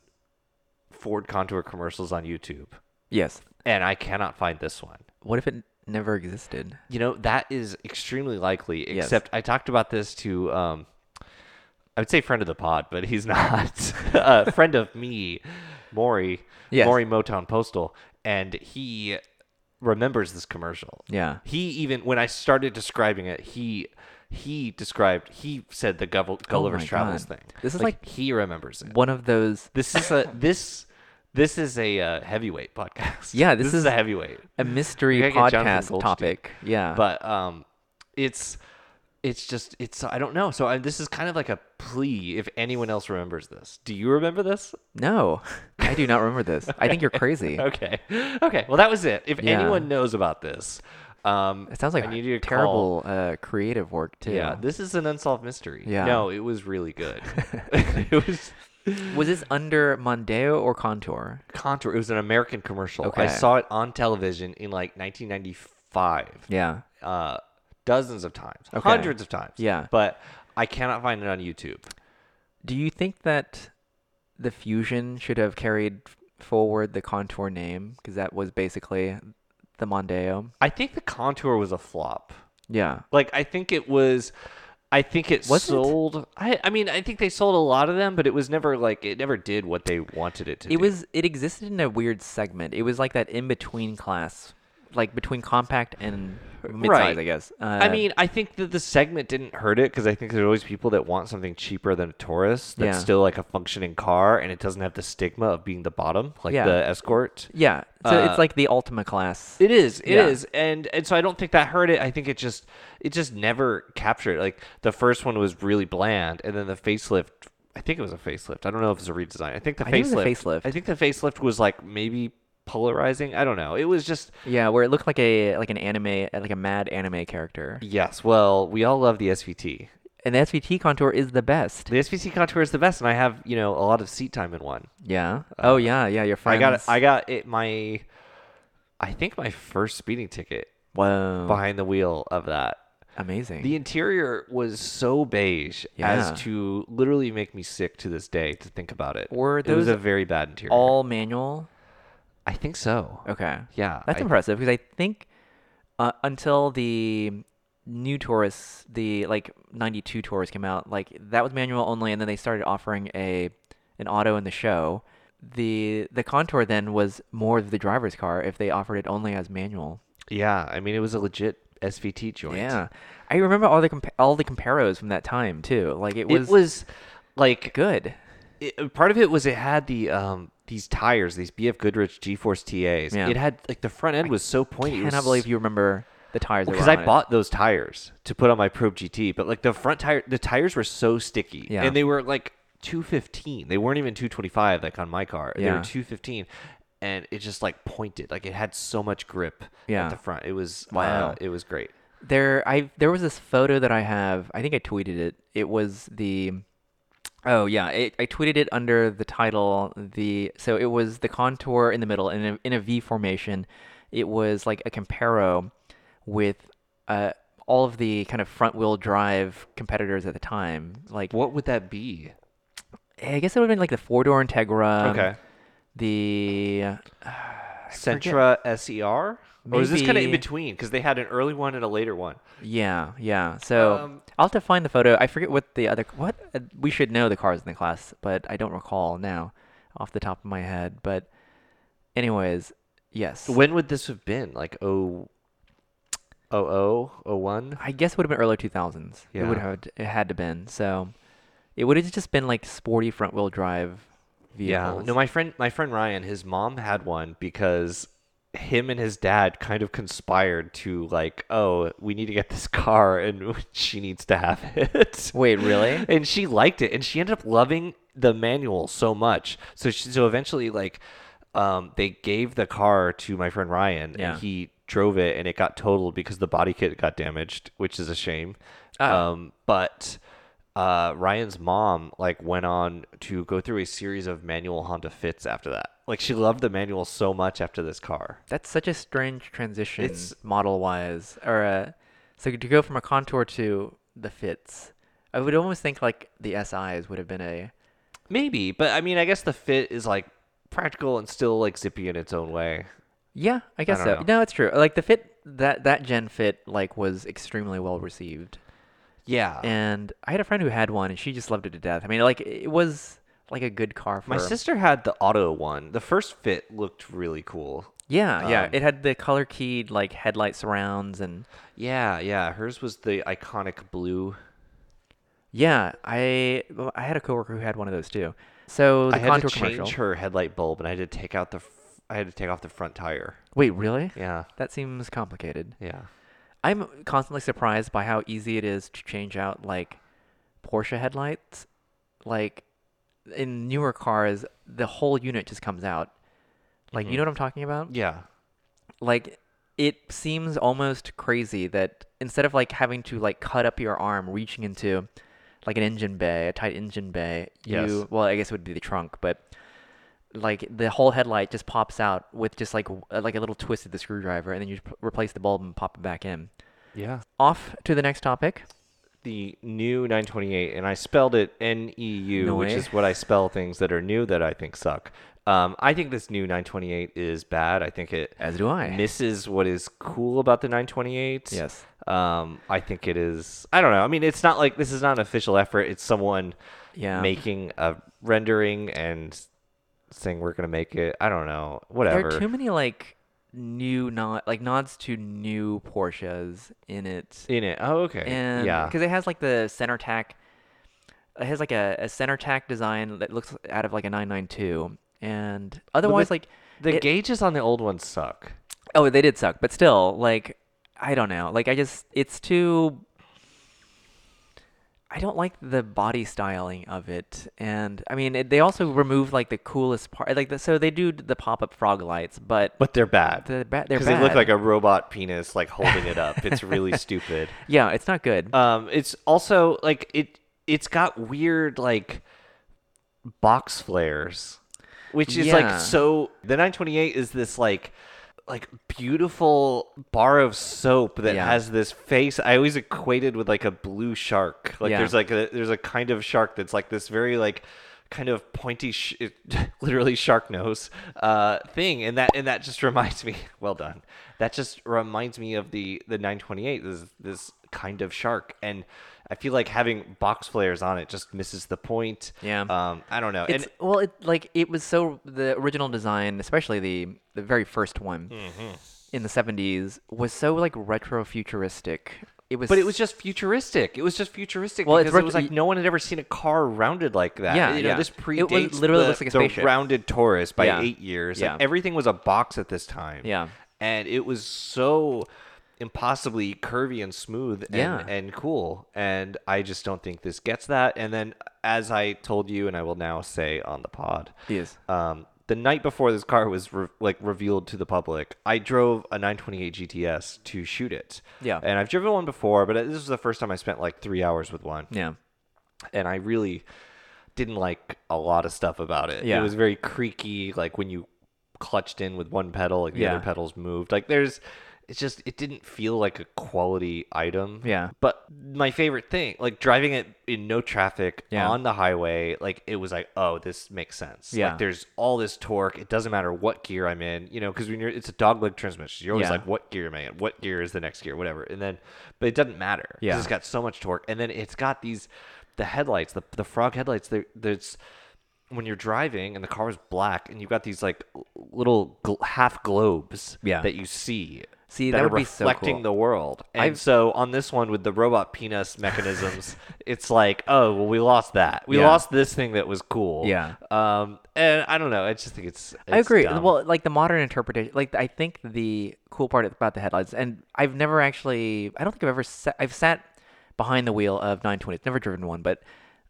Speaker 1: ford contour commercials on youtube
Speaker 2: Yes.
Speaker 1: and i cannot find this one
Speaker 2: What if it never existed?
Speaker 1: you know, that is extremely likely,
Speaker 2: Yes.
Speaker 1: except I talked about this to, um, I would say friend of the pod, but he's not. uh, friend of me, Maury,
Speaker 2: Yes.
Speaker 1: Maury Motown Postal, and he remembers this commercial.
Speaker 2: Yeah.
Speaker 1: He even, when I started describing it, he he described, he said the Gull- Gulliver's
Speaker 2: Oh my
Speaker 1: Travels
Speaker 2: God.
Speaker 1: thing.
Speaker 2: This is like-
Speaker 1: he remembers it.
Speaker 2: One of those
Speaker 1: This is a, this, this is a uh, heavyweight podcast.
Speaker 2: Yeah, this
Speaker 1: is
Speaker 2: is-
Speaker 1: a heavyweight
Speaker 2: a mystery
Speaker 1: gotta get Jonathan
Speaker 2: podcast
Speaker 1: Goldstein.
Speaker 2: topic. Yeah.
Speaker 1: but um it's it's just it's i don't know so I, this is kind of like a plea if anyone else remembers this do you remember this
Speaker 2: no, I do not remember this. I think you're crazy.
Speaker 1: okay okay well that was it if
Speaker 2: Yeah.
Speaker 1: anyone knows about this um
Speaker 2: It sounds like
Speaker 1: I need you to call-
Speaker 2: terrible uh, creative work too.
Speaker 1: yeah this is an unsolved mystery
Speaker 2: Yeah.
Speaker 1: no it was really good it was
Speaker 2: Was this under Mondeo or Contour?
Speaker 1: contour it was an american commercial i
Speaker 2: Okay.
Speaker 1: saw it on television in like 1995
Speaker 2: Yeah.
Speaker 1: uh dozens of times
Speaker 2: Okay.
Speaker 1: hundreds of times
Speaker 2: Yeah.
Speaker 1: but i cannot find it on youtube
Speaker 2: Do you think that the fusion should have carried f- forward the Contour name because that was basically the Mondeo?
Speaker 1: I think the contour was a flop.
Speaker 2: Yeah.
Speaker 1: Like I think it was I think it
Speaker 2: Was it?
Speaker 1: sold I I mean I think they sold a lot of them but it was never like it never did what they wanted it to
Speaker 2: It
Speaker 1: do.
Speaker 2: was it existed in a weird segment. It was like that in between class, like between compact and midsize,
Speaker 1: Right.
Speaker 2: I guess. Uh,
Speaker 1: I mean, I think that the segment didn't hurt it because I think there's always people that want something cheaper than a Taurus that's
Speaker 2: Yeah.
Speaker 1: still like a functioning car and it doesn't have the stigma of being the bottom, like
Speaker 2: Yeah.
Speaker 1: the Escort.
Speaker 2: yeah. So
Speaker 1: uh,
Speaker 2: it's like the Ultima class.
Speaker 1: It is. it is,
Speaker 2: Yeah.
Speaker 1: And and so I don't think that hurt it. I think it just it just never captured. Like the first one was really bland, and then the facelift. I think it was a facelift. I don't know if it's a redesign. I think the
Speaker 2: I think it
Speaker 1: facelift.
Speaker 2: was a facelift.
Speaker 1: I think the facelift was like maybe polarizing. I don't know. It was just
Speaker 2: yeah, where it looked like a like an anime, like a mad anime character.
Speaker 1: yes. Well, we all love the SVT.
Speaker 2: And the SVT contour is the best.
Speaker 1: The SVT contour is the best, and I have you know a lot of seat time in one.
Speaker 2: Yeah. oh yeah, yeah. Your friends.
Speaker 1: Uh, I got I got it. My I think my first speeding ticket
Speaker 2: Whoa.
Speaker 1: behind the wheel of that.
Speaker 2: Amazing.
Speaker 1: The interior was so beige
Speaker 2: Yeah.
Speaker 1: as to literally make me sick to this day to think about it.
Speaker 2: Were
Speaker 1: it was
Speaker 2: those
Speaker 1: a very bad interior.
Speaker 2: All manual.
Speaker 1: I think so.
Speaker 2: Okay.
Speaker 1: Yeah,
Speaker 2: That's
Speaker 1: I-
Speaker 2: impressive because I think uh, until the new Taurus, the like '92 Taurus came out, like that was manual only, and then they started offering a an auto in the show. The the Contour then was more of the driver's car if they offered it only as manual.
Speaker 1: Yeah, I mean it was a legit SVT joint.
Speaker 2: Yeah, I remember all the compa- all the comparos from that time too. Like
Speaker 1: it
Speaker 2: it
Speaker 1: was,
Speaker 2: was,
Speaker 1: like
Speaker 2: good.
Speaker 1: it, uh, part of it was it had the um these tires, these BF Goodrich G-force TAs.
Speaker 2: Yeah.
Speaker 1: It had like the front end was so pointy.
Speaker 2: Cannot believe you remember the tires. that
Speaker 1: because
Speaker 2: were
Speaker 1: I
Speaker 2: on it.
Speaker 1: bought those tires to put on my Probe GT, but like the front tire, the tires were so sticky,
Speaker 2: Yeah.
Speaker 1: and they were like 215. They weren't even 225 like on my car. They were
Speaker 2: Yeah.
Speaker 1: 215, and it just like pointed, like it had so much grip
Speaker 2: Yeah.
Speaker 1: at the front. It was wow,
Speaker 2: Wow.
Speaker 1: it was great.
Speaker 2: There, I there was this photo that I have. I think I tweeted it. It was the, oh yeah, it, I tweeted it under the title the. So it was the contour in the middle in a, in a V formation. It was like a Comparo, with uh all of the kind of front wheel drive competitors at the time. Like
Speaker 1: What would that be?
Speaker 2: I guess it would have been like the four door Integra.
Speaker 1: okay.
Speaker 2: The
Speaker 1: Sentra SER? Or is this kind of in
Speaker 2: Maybe-
Speaker 1: between? Because they had an early one and a later one.
Speaker 2: Yeah, yeah. So
Speaker 1: Um,
Speaker 2: I'll have to find the photo. I forget what the other what uh, we should know the cars in the class, but I don't recall now off the top of my head. But anyways, yes.
Speaker 1: When would this have been? Like oh, oh oh oh one.
Speaker 2: I guess it would have been early 2000s. It would
Speaker 1: Yeah.
Speaker 2: have it had to been. So it would have just been like sporty front wheel drive
Speaker 1: Yeah.
Speaker 2: vehicles.
Speaker 1: No, my friend, my friend Ryan, his mom had one because him and his dad kind of conspired to like, oh, we need to get this car, and she needs to have it.
Speaker 2: Wait, really?
Speaker 1: and she liked it, and she ended up loving the manual so much. So she, so eventually, like, um, they gave the car to my friend Ryan,
Speaker 2: Yeah.
Speaker 1: and he drove it, and it got totaled because the body kit got damaged, which is a shame.
Speaker 2: Ah.
Speaker 1: Um, but uh, Ryan's mom like went on to go through a series of manual Honda Fits after that. Like she loved the manual so much after this car.
Speaker 2: That's such a strange transition
Speaker 1: It's-
Speaker 2: model wise. Or uh, so to go from a contour to the fits. I would almost think like the SIs would have been a
Speaker 1: Maybe, but I mean, I guess the Fit is like practical and still like zippy in its own way.
Speaker 2: Yeah, I guess
Speaker 1: don't
Speaker 2: so.
Speaker 1: know.
Speaker 2: No, it's true. Like the fit that that Gen Fit like was extremely well received,
Speaker 1: Yeah.
Speaker 2: and I had a friend who had one, and she just loved it to death. I mean, like it was like a good car for
Speaker 1: My sister had the auto one. The first Fit looked really cool.
Speaker 2: Yeah, yeah.
Speaker 1: um,
Speaker 2: It had the color keyed like headlight surrounds, and
Speaker 1: Yeah, yeah. Hers was the iconic blue.
Speaker 2: yeah, I well, I had a coworker who had one of those too. So the
Speaker 1: I had to
Speaker 2: contour
Speaker 1: change
Speaker 2: commercial.
Speaker 1: her headlight bulb, and I had to take out the. f- I had to take off the front tire.
Speaker 2: Wait, really?
Speaker 1: Yeah,
Speaker 2: That seems complicated.
Speaker 1: yeah.
Speaker 2: I'm constantly surprised by how easy it is to change out like Porsche headlights. Like in newer cars, the whole unit just comes out. Like you know what I'm talking about?
Speaker 1: Mm-hmm. Yeah.
Speaker 2: Like it seems almost crazy that instead of like having to like cut up your arm reaching into like an engine bay, a tight engine bay,
Speaker 1: Yes.
Speaker 2: you well, I guess it would be the trunk, but like the whole headlight just pops out with just like w- like a little twist of the screwdriver and then you p- replace the bulb and pop it back in
Speaker 1: Yeah.
Speaker 2: off to the next topic.
Speaker 1: The new 928, and I spelled it N E U,
Speaker 2: No
Speaker 1: which
Speaker 2: way.
Speaker 1: is what I spell things that are new that I think suck. Um, I think this new 928 is bad. I think it
Speaker 2: As do I.
Speaker 1: misses what is cool about the 928.
Speaker 2: Yes.
Speaker 1: Um, I think it is. I don't know. I mean, it's not like this is not an official effort. It's someone
Speaker 2: Yeah.
Speaker 1: making a rendering and saying we're gonna make it. I don't know.
Speaker 2: there
Speaker 1: Whatever.
Speaker 2: are too many like new nod like nods to new Porsches in it.
Speaker 1: in it. Oh, okay.
Speaker 2: And
Speaker 1: yeah.
Speaker 2: because it has like the center tack it has like a, a center tack design that looks out of like a 992 and otherwise
Speaker 1: the-
Speaker 2: like
Speaker 1: The
Speaker 2: it-
Speaker 1: gauges on the old ones suck.
Speaker 2: oh they did suck but still like I don't know like I just it's too I don't like the body styling of it, and I mean it, they also removed like the coolest part. Like the, so they do the pop up frog lights, but
Speaker 1: But they're bad.
Speaker 2: the ba- they're
Speaker 1: Because they look
Speaker 2: bad.
Speaker 1: like a robot penis, like holding it up. It's really stupid.
Speaker 2: yeah, it's not good.
Speaker 1: Um, it's also like it. It's got weird like box flares, which is
Speaker 2: Yeah.
Speaker 1: like so. The 928 is this like like beautiful bar of soap that
Speaker 2: Yeah.
Speaker 1: has this face. I always equated with like a blue shark. Like
Speaker 2: Yeah.
Speaker 1: there's like a there's a kind of shark that's like this very like kind of pointy, sh- it- literally shark nose uh, thing, and that and that just reminds me. Well done. That just reminds me of the the 928. This this kind of shark, and I feel like having box flares on it just misses the point.
Speaker 2: Yeah.
Speaker 1: Um. I don't know.
Speaker 2: it's
Speaker 1: and
Speaker 2: well, it like it was so the original design, especially the the very first one
Speaker 1: Mm-hmm.
Speaker 2: in the seventies, was so like retro futuristic. It was,
Speaker 1: But it was just futuristic. It was just futuristic
Speaker 2: Well, it's
Speaker 1: because it
Speaker 2: worth-
Speaker 1: was like no one had ever seen a car rounded like that.
Speaker 2: Yeah,
Speaker 1: you know,
Speaker 2: yeah.
Speaker 1: This
Speaker 2: It was-
Speaker 1: predates
Speaker 2: literally
Speaker 1: the,
Speaker 2: looks like a
Speaker 1: the
Speaker 2: spaceship.
Speaker 1: rounded Taurus by
Speaker 2: Yeah.
Speaker 1: eight years.
Speaker 2: Yeah.
Speaker 1: Like everything was a box at this time.
Speaker 2: Yeah.
Speaker 1: and it was so impossibly curvy and smooth and,
Speaker 2: Yeah.
Speaker 1: and cool. And I just don't think this gets that. And then, as I told you, and I will now say on the pod,
Speaker 2: Yes.
Speaker 1: um, the night before this car was re- like revealed to the public, I drove a 928 GTS to shoot it.
Speaker 2: Yeah.
Speaker 1: And I've driven one before, but this was the first time I spent like three hours with one
Speaker 2: Yeah.
Speaker 1: and I really didn't like a lot of stuff about it.
Speaker 2: Yeah.
Speaker 1: It was very creaky, like when you clutched in with one pedal, like the
Speaker 2: Yeah.
Speaker 1: other pedals moved. Like there's it's just it didn't feel like a quality item.
Speaker 2: Yeah.
Speaker 1: But my favorite thing, like driving it in no traffic
Speaker 2: Yeah.
Speaker 1: on the highway, like it was like, oh, this makes sense.
Speaker 2: Yeah.
Speaker 1: Like there's all this torque. It doesn't matter what gear I'm in, you know, because when you're it's a dogleg transmission, you're always
Speaker 2: Yeah.
Speaker 1: like, what gear am I in? What gear is the next gear? Whatever. And then, but it doesn't matter. 'cause
Speaker 2: Yeah.
Speaker 1: It's got so much torque, and then it's got these, the headlights, the the frog headlights. There, there's when you're driving and the car is black, and you've got these like l- little gl- half globes
Speaker 2: Yeah.
Speaker 1: that you see.
Speaker 2: See, that
Speaker 1: are
Speaker 2: would be so
Speaker 1: reflecting
Speaker 2: cool.
Speaker 1: the world. And
Speaker 2: I've-
Speaker 1: so on this one with the robot penis mechanisms, it's like, oh, well, we lost that. We
Speaker 2: Yeah.
Speaker 1: lost this thing that was cool.
Speaker 2: Yeah.
Speaker 1: Um, and I don't know. I just think it's.
Speaker 2: I
Speaker 1: it's
Speaker 2: agree.
Speaker 1: dumb.
Speaker 2: Well, like the modern interpretation, like I think the cool part about the headlights, and I've never actually, I don't think I've ever, sat, I've sat behind the wheel of 920s, never driven one, but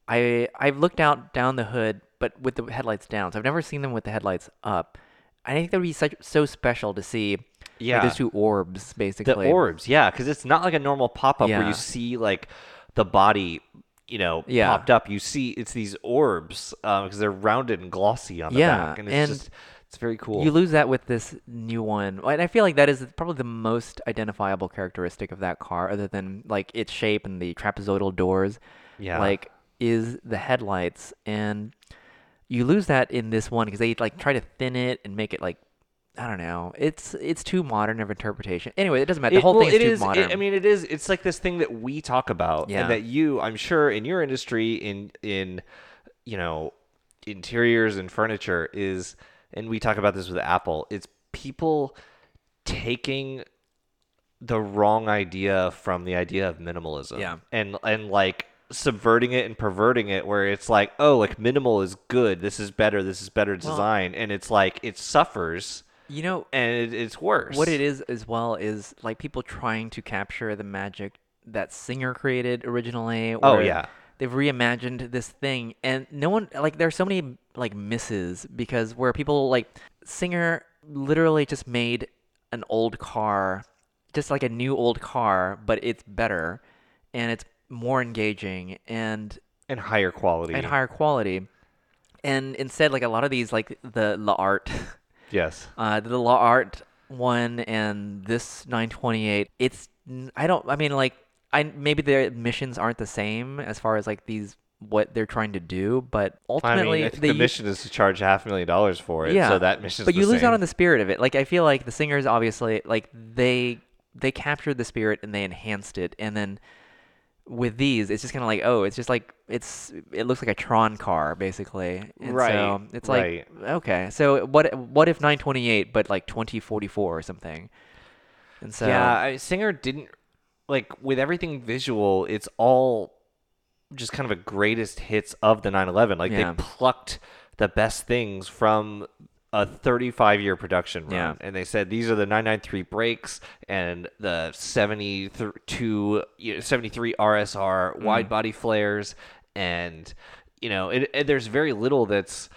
Speaker 2: I, I've looked out down the hood, but with the headlights down. So I've never seen them with the headlights up. I think that would be such so special to see. like,
Speaker 1: Yeah.
Speaker 2: those two orbs basically.
Speaker 1: the orbs yeah because it's not like a normal pop-up where
Speaker 2: Yeah.
Speaker 1: you see like the body you know
Speaker 2: Yeah.
Speaker 1: popped up you see it's these orbs because they're rounded and glossy on the
Speaker 2: Yeah,
Speaker 1: back and it's
Speaker 2: and
Speaker 1: just it's very cool
Speaker 2: You lose that with this new one. And I feel like that is probably the most identifiable characteristic of that car, other than like its shape and the trapezoidal doors.
Speaker 1: Yeah.
Speaker 2: Like, is the headlights. And you lose that in this one because they like try to thin it and make it like. I don't know. It's it's too modern of interpretation. Anyway, it doesn't matter. The
Speaker 1: It-
Speaker 2: whole
Speaker 1: well,
Speaker 2: thing is
Speaker 1: it
Speaker 2: too
Speaker 1: is- it-
Speaker 2: modern.
Speaker 1: I mean, it is. It's like this thing that we talk about,
Speaker 2: Yeah.
Speaker 1: and that you, I'm sure, in your industry, in in you know, interiors and furniture is, and we talk about this with Apple. It's people taking the wrong idea from the idea of minimalism,
Speaker 2: Yeah.
Speaker 1: and and like subverting it and perverting it where it's like oh like minimal is good this is better this is better design and it's like it suffers
Speaker 2: you know,
Speaker 1: and it, it's worse
Speaker 2: What it is as well is like people trying to capture the magic that Singer created originally.
Speaker 1: Oh,
Speaker 2: where
Speaker 1: yeah.
Speaker 2: They've reimagined this thing and no one like there's so many like misses because where people like Singer literally just made an old car just like a new old car, but it's better and it's more engaging and
Speaker 1: and higher quality
Speaker 2: and higher quality. And instead like a lot of these like the La Art
Speaker 1: Yes.
Speaker 2: uh, the La Art one and this 928. It's n- I don't. I mean, like I maybe their missions aren't the same as far as like these what they're trying to do, but
Speaker 1: I
Speaker 2: ultimately
Speaker 1: mean, I think
Speaker 2: they
Speaker 1: the
Speaker 2: u-
Speaker 1: mission is to charge half a million dollars for it.
Speaker 2: yeah.
Speaker 1: So that mission.
Speaker 2: But you lose out on the spirit of it. Like I feel like the singers obviously like they they captured the spirit and they enhanced it, and then. With these, it's just kind of like, oh, it's just like it's. It looks like a Tron car, basically. And
Speaker 1: Right,
Speaker 2: So it's like,
Speaker 1: right.
Speaker 2: okay, so what? What if 928, but like 2044 or something? And so
Speaker 1: Yeah, I, Singer didn't like with everything visual. It's all just kind of a greatest hits of the 911. Like
Speaker 2: Yeah.
Speaker 1: they plucked the best things from a 35 year production run,
Speaker 2: Yeah.
Speaker 1: and they said these are the 993 brakes and the 72 you know, 73
Speaker 2: Mm-hmm.
Speaker 1: RSR wide body flares, and you know, it, it- there's very little that's.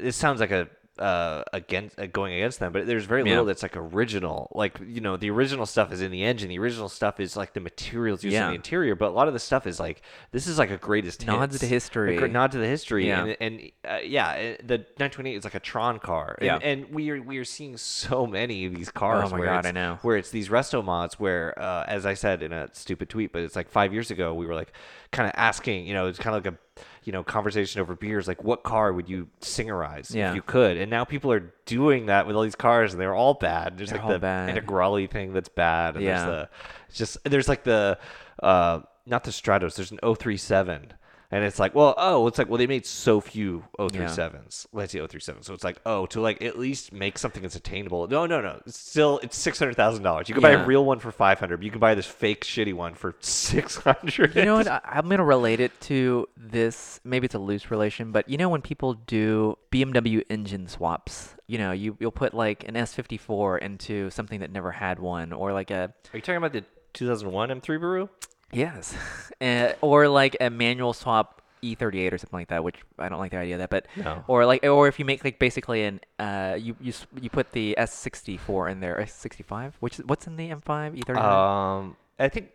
Speaker 1: This sounds like a uh against uh, going against them but there's very little
Speaker 2: Yeah.
Speaker 1: that's like original like you know the original stuff is in the engine the original stuff is like the materials used in
Speaker 2: Yeah.
Speaker 1: the interior but a lot of the stuff is like this is like a greatest
Speaker 2: Nods to
Speaker 1: hits.
Speaker 2: history.
Speaker 1: a gr- nod to the history
Speaker 2: Yeah.
Speaker 1: and, and uh, yeah uh, the 928 is like a tron car and,
Speaker 2: Yeah. Oh
Speaker 1: and we are we are seeing so many of these cars
Speaker 2: my
Speaker 1: where
Speaker 2: God,
Speaker 1: it's-
Speaker 2: I know.
Speaker 1: where it's these resto mods where uh, as i said in a stupid tweet but it's like five years ago we were like kind of asking you know it's kind of like a you know conversation over beers like what car would you singerize
Speaker 2: Yeah.
Speaker 1: if you could and now people are doing that with all these cars and they're all bad there's
Speaker 2: They're
Speaker 1: like
Speaker 2: all
Speaker 1: the
Speaker 2: bad.
Speaker 1: integrale thing that's bad and
Speaker 2: Yeah.
Speaker 1: there's the it's just there's like the uh not the stratos there's an 037 and it's like, well, oh, it's like, well, they made so few 037s. Let's see 037. So it's like, oh, to like at least make something that's attainable. No, no, no. It's still, it's six hundred thousand dollars. You can buy
Speaker 2: Yeah.
Speaker 1: a real one for five hundred. but You can buy this fake shitty one for six hundred.
Speaker 2: You know what? I, I'm gonna relate it to this. Maybe it's a loose relation, but you know when people do BMW engine swaps, you know, you you'll put like an S54 into something that never had one, or like a
Speaker 1: Are you talking about the 2001 M3 Baru?
Speaker 2: eh, yes, uh, or like a manual swap E38 or something like that, which I don't like the idea of that. But
Speaker 1: No.
Speaker 2: or like or if you make like basically an uh you you s- you put the S64 in there S65, which is- what's in the E M5 E39.
Speaker 1: Um, I think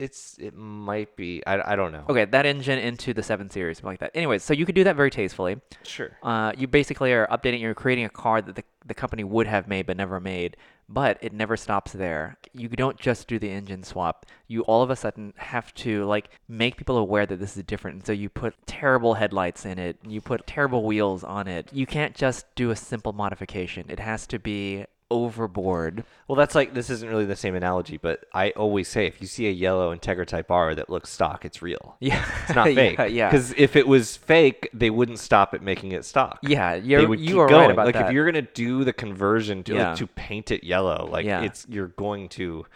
Speaker 1: it's it might be. I, I don't know.
Speaker 2: okay, that engine into the 7 series something like that. Anyways, so you could do that very tastefully.
Speaker 1: Sure.
Speaker 2: Uh, you basically are updating, you're creating a car that the, the company would have made but never made, but it never stops there. You don't just do the engine swap. You all of a sudden have to like make people aware that this is different. And so you put terrible headlights in it, you put terrible wheels on it. You can't just do a simple modification. It has to be overboard.
Speaker 1: Well, that's like this isn't really the same analogy, but I always say if you see a yellow Integra Type R that looks stock, it's real.
Speaker 2: Yeah.
Speaker 1: It's not fake.
Speaker 2: yeah, yeah.
Speaker 1: Because if it was fake, they wouldn't stop at making it stock.
Speaker 2: yeah,
Speaker 1: They
Speaker 2: you're,
Speaker 1: would
Speaker 2: you
Speaker 1: keep
Speaker 2: are
Speaker 1: going.
Speaker 2: right about
Speaker 1: like
Speaker 2: that.
Speaker 1: if you're gonna do the conversion to
Speaker 2: Yeah.
Speaker 1: to paint it yellow, like
Speaker 2: Yeah.
Speaker 1: it's you're going to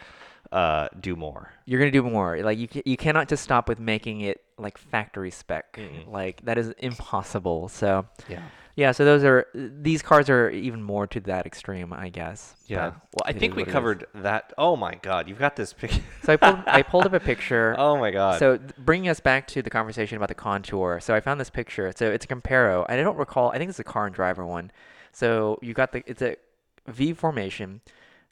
Speaker 1: uh, do more.
Speaker 2: you're gonna do more. Like you, ca- you cannot just stop with making it like factory spec. Like that is impossible. So
Speaker 1: Yeah.
Speaker 2: yeah, so those are these cars are even more to that extreme, I guess.
Speaker 1: Yeah.
Speaker 2: but
Speaker 1: Well, I
Speaker 2: it is
Speaker 1: think we
Speaker 2: what it is.
Speaker 1: covered that. Oh my God, you've got this picture.
Speaker 2: So I pulled, I pulled up a picture.
Speaker 1: oh my God.
Speaker 2: So th- bringing us back to the conversation about the contour. So I found this picture. So it's a Comparo. I don't recall. I think it's a car and driver one. So you got the it's a V formation,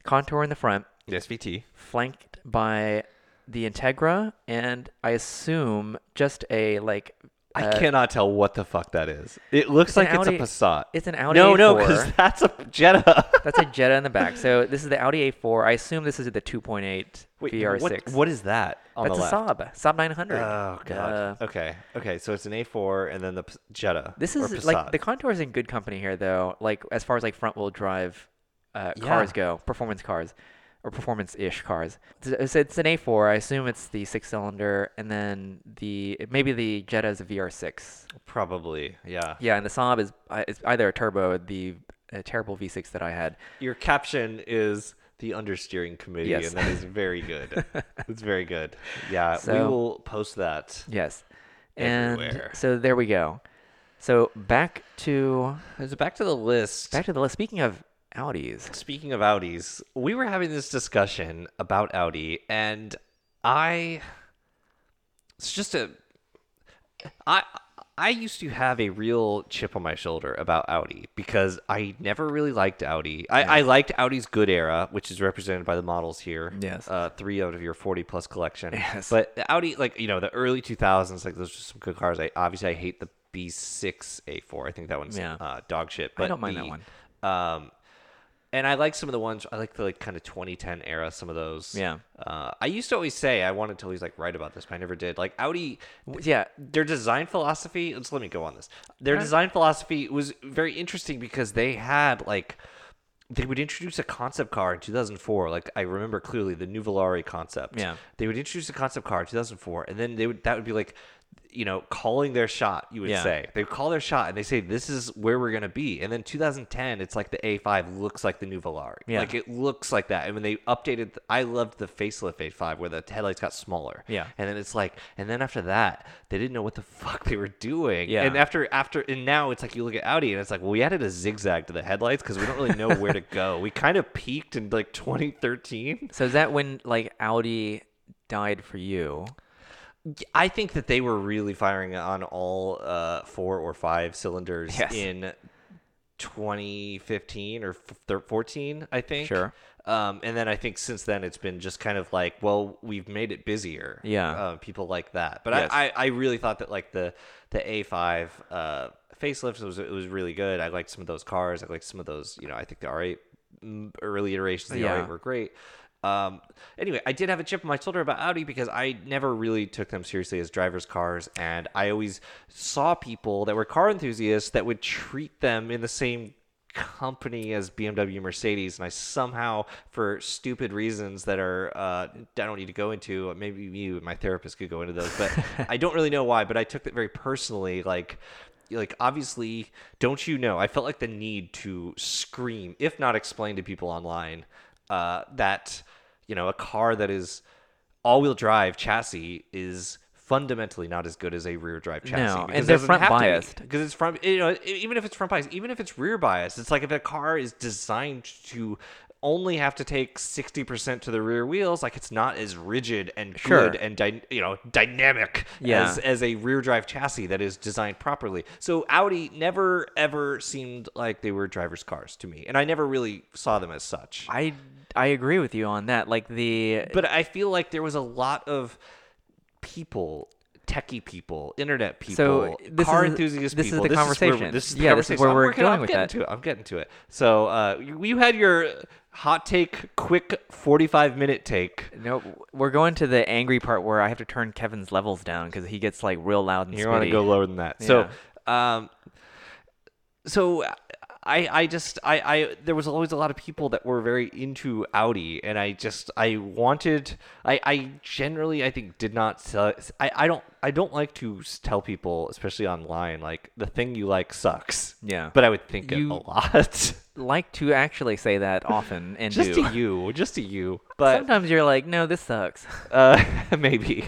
Speaker 2: contour in the front,
Speaker 1: SVT.
Speaker 2: flanked by the Integra and I assume just a like
Speaker 1: I
Speaker 2: uh,
Speaker 1: cannot tell what the fuck that is. It looks
Speaker 2: it's an
Speaker 1: like it's a
Speaker 2: Audi-
Speaker 1: Passat.
Speaker 2: It's an Audi
Speaker 1: no,
Speaker 2: A4.
Speaker 1: no, because that's a Jetta.
Speaker 2: That's a Jetta in the back. So this is the Audi A4. I assume this is the 2.8
Speaker 1: Wait,
Speaker 2: VR6.
Speaker 1: What, what is that on
Speaker 2: That's
Speaker 1: the
Speaker 2: a
Speaker 1: left?
Speaker 2: Saab. Saab 900.
Speaker 1: Oh god.
Speaker 2: Uh,
Speaker 1: okay. Okay. So it's an A4 and then the P- Jetta.
Speaker 2: this
Speaker 1: or
Speaker 2: is like
Speaker 1: Passat.
Speaker 2: the Contour is in good company here though. Like as far as like front wheel drive uh,
Speaker 1: Yeah.
Speaker 2: cars go, performance cars or performance-ish cars. It's, it's an A4. I assume it's the six-cylinder, and then the maybe the Jetta is a VR6.
Speaker 1: probably. Yeah.
Speaker 2: Yeah, and the Saab is, uh, is either a turbo, the uh, terrible V6 that I had.
Speaker 1: Your caption is the understeering committee,
Speaker 2: Yes.
Speaker 1: and that is very good. it's very good. Yeah. we
Speaker 2: So-
Speaker 1: will post that.
Speaker 2: Yes. And
Speaker 1: Everywhere.
Speaker 2: so there we go. So back to
Speaker 1: So back to the list.
Speaker 2: back to the list. Speaking of Audis,
Speaker 1: Speaking of Audis, we were having this discussion about Audi, and I. It's just a. I. I used to have a real chip on my shoulder about Audi because I never really liked Audi. I, I liked Audi's good era, which is represented by the models here.
Speaker 2: Yes.
Speaker 1: Uh, three out of your 40 plus collection.
Speaker 2: Yes.
Speaker 1: But the Audi, like, you know, the early 2000s, like, those are some good cars. I Obviously, I hate the B6 A4. I think that one's
Speaker 2: Yeah.
Speaker 1: uh, dog shit. But
Speaker 2: don't mind that
Speaker 1: the-
Speaker 2: one.
Speaker 1: um, and I like some of the ones I like the like kind of 2010 era. Some of those.
Speaker 2: Yeah.
Speaker 1: Uh, I used to always say I wanted to always like write about this, but I never did. Like Audi,
Speaker 2: w- yeah,
Speaker 1: their design philosophy. Let's let me go on this. Their design philosophy was very interesting because they had like they would introduce a concept car in 2004. Like I remember clearly the new Volare concept.
Speaker 2: Yeah.
Speaker 1: They would introduce a concept car in 2004, and then they would that would be like. You know, calling their shot, you would
Speaker 2: Yeah.
Speaker 1: say. They call their shot and they say, This is where we're going to be. And then 2010, it's like the A5 looks like the new Velar.
Speaker 2: Yeah.
Speaker 1: Like it looks like that. And when they updated, I loved the facelift A5 where the headlights got smaller.
Speaker 2: Yeah.
Speaker 1: And then it's like, and then after that, they didn't know what the fuck they were doing.
Speaker 2: Yeah.
Speaker 1: And after, after, and now it's like you look at Audi and it's like, well, we added a zigzag to the headlights because we don't really know where to go. We kind of peaked in like 2013.
Speaker 2: so is that when like Audi died for you?
Speaker 1: I think that they were really firing on all uh, four or five cylinders
Speaker 2: Yes.
Speaker 1: in 2015 or f- thir- 14, I think.
Speaker 2: Sure.
Speaker 1: Um, and then I think since then it's been just kind of like, well, we've made it busier.
Speaker 2: Yeah.
Speaker 1: Uh, people like that. But
Speaker 2: Yes.
Speaker 1: I, I, I really thought that like the the A5 uh, facelifts was it was really good. I liked some of those cars. I liked some of those. You know, I think the R8 mm, early iterations of the
Speaker 2: Yeah.
Speaker 1: R8 were great. Um, anyway, I did have a chip on my shoulder about Audi because I never really took them seriously as drivers' cars, and I always saw people that were car enthusiasts that would treat them in the same company as BMW, Mercedes, and I somehow, for stupid reasons that are uh, I don't need to go into, maybe you, and my therapist, could go into those, but I don't really know why, but I took that very personally, like like obviously don't you know i felt like the need to scream if not explain to people online uh, that you know a car that is all-wheel drive chassis is fundamentally not as good as a rear drive chassis
Speaker 2: No,
Speaker 1: because
Speaker 2: and
Speaker 1: it
Speaker 2: they're
Speaker 1: doesn't
Speaker 2: front
Speaker 1: have to be,
Speaker 2: biased.
Speaker 1: because it's front you know e- even if it's front biased even if it's rear biased it's like if a car is designed to only have to take 60% to the rear wheels like it's not as rigid and
Speaker 2: Sure.
Speaker 1: good and dy- you know dynamic
Speaker 2: Yeah.
Speaker 1: as as a rear drive chassis that is designed properly so audi never ever seemed like they were drivers cars to me and i never really saw them as such
Speaker 2: I I agree with you on that. Like the
Speaker 1: but I feel like there was a lot of people, techie people, internet people,
Speaker 2: So, this
Speaker 1: car
Speaker 2: is-
Speaker 1: enthusiast
Speaker 2: this is
Speaker 1: people.
Speaker 2: the
Speaker 1: Is where,
Speaker 2: conversation.
Speaker 1: this is the
Speaker 2: Yeah, this is
Speaker 1: conversation.
Speaker 2: where
Speaker 1: I'm
Speaker 2: we're
Speaker 1: working-
Speaker 2: going
Speaker 1: I'm
Speaker 2: with
Speaker 1: getting
Speaker 2: that.
Speaker 1: To it. I'm getting to it. So uh, you, you had your hot take, quick 45 minute take.
Speaker 2: no, we're going to the angry part where I have to turn Kevin's levels down because he gets like real loud and
Speaker 1: You want to
Speaker 2: spitty.
Speaker 1: go lower than that. So, um, so I, I just, I, I, there was always a lot of people that were very into Audi, and I just, I wanted, I, I generally, I think, did not sell. I, I don't, I don't like to s- tell people, especially online, like the thing you like sucks.
Speaker 2: Yeah.
Speaker 1: But I would think it
Speaker 2: You-
Speaker 1: a lot.
Speaker 2: Like to actually say that often and
Speaker 1: just
Speaker 2: do.
Speaker 1: to you, just to you. But
Speaker 2: Sometimes you're like, no, this sucks.
Speaker 1: uh, maybe.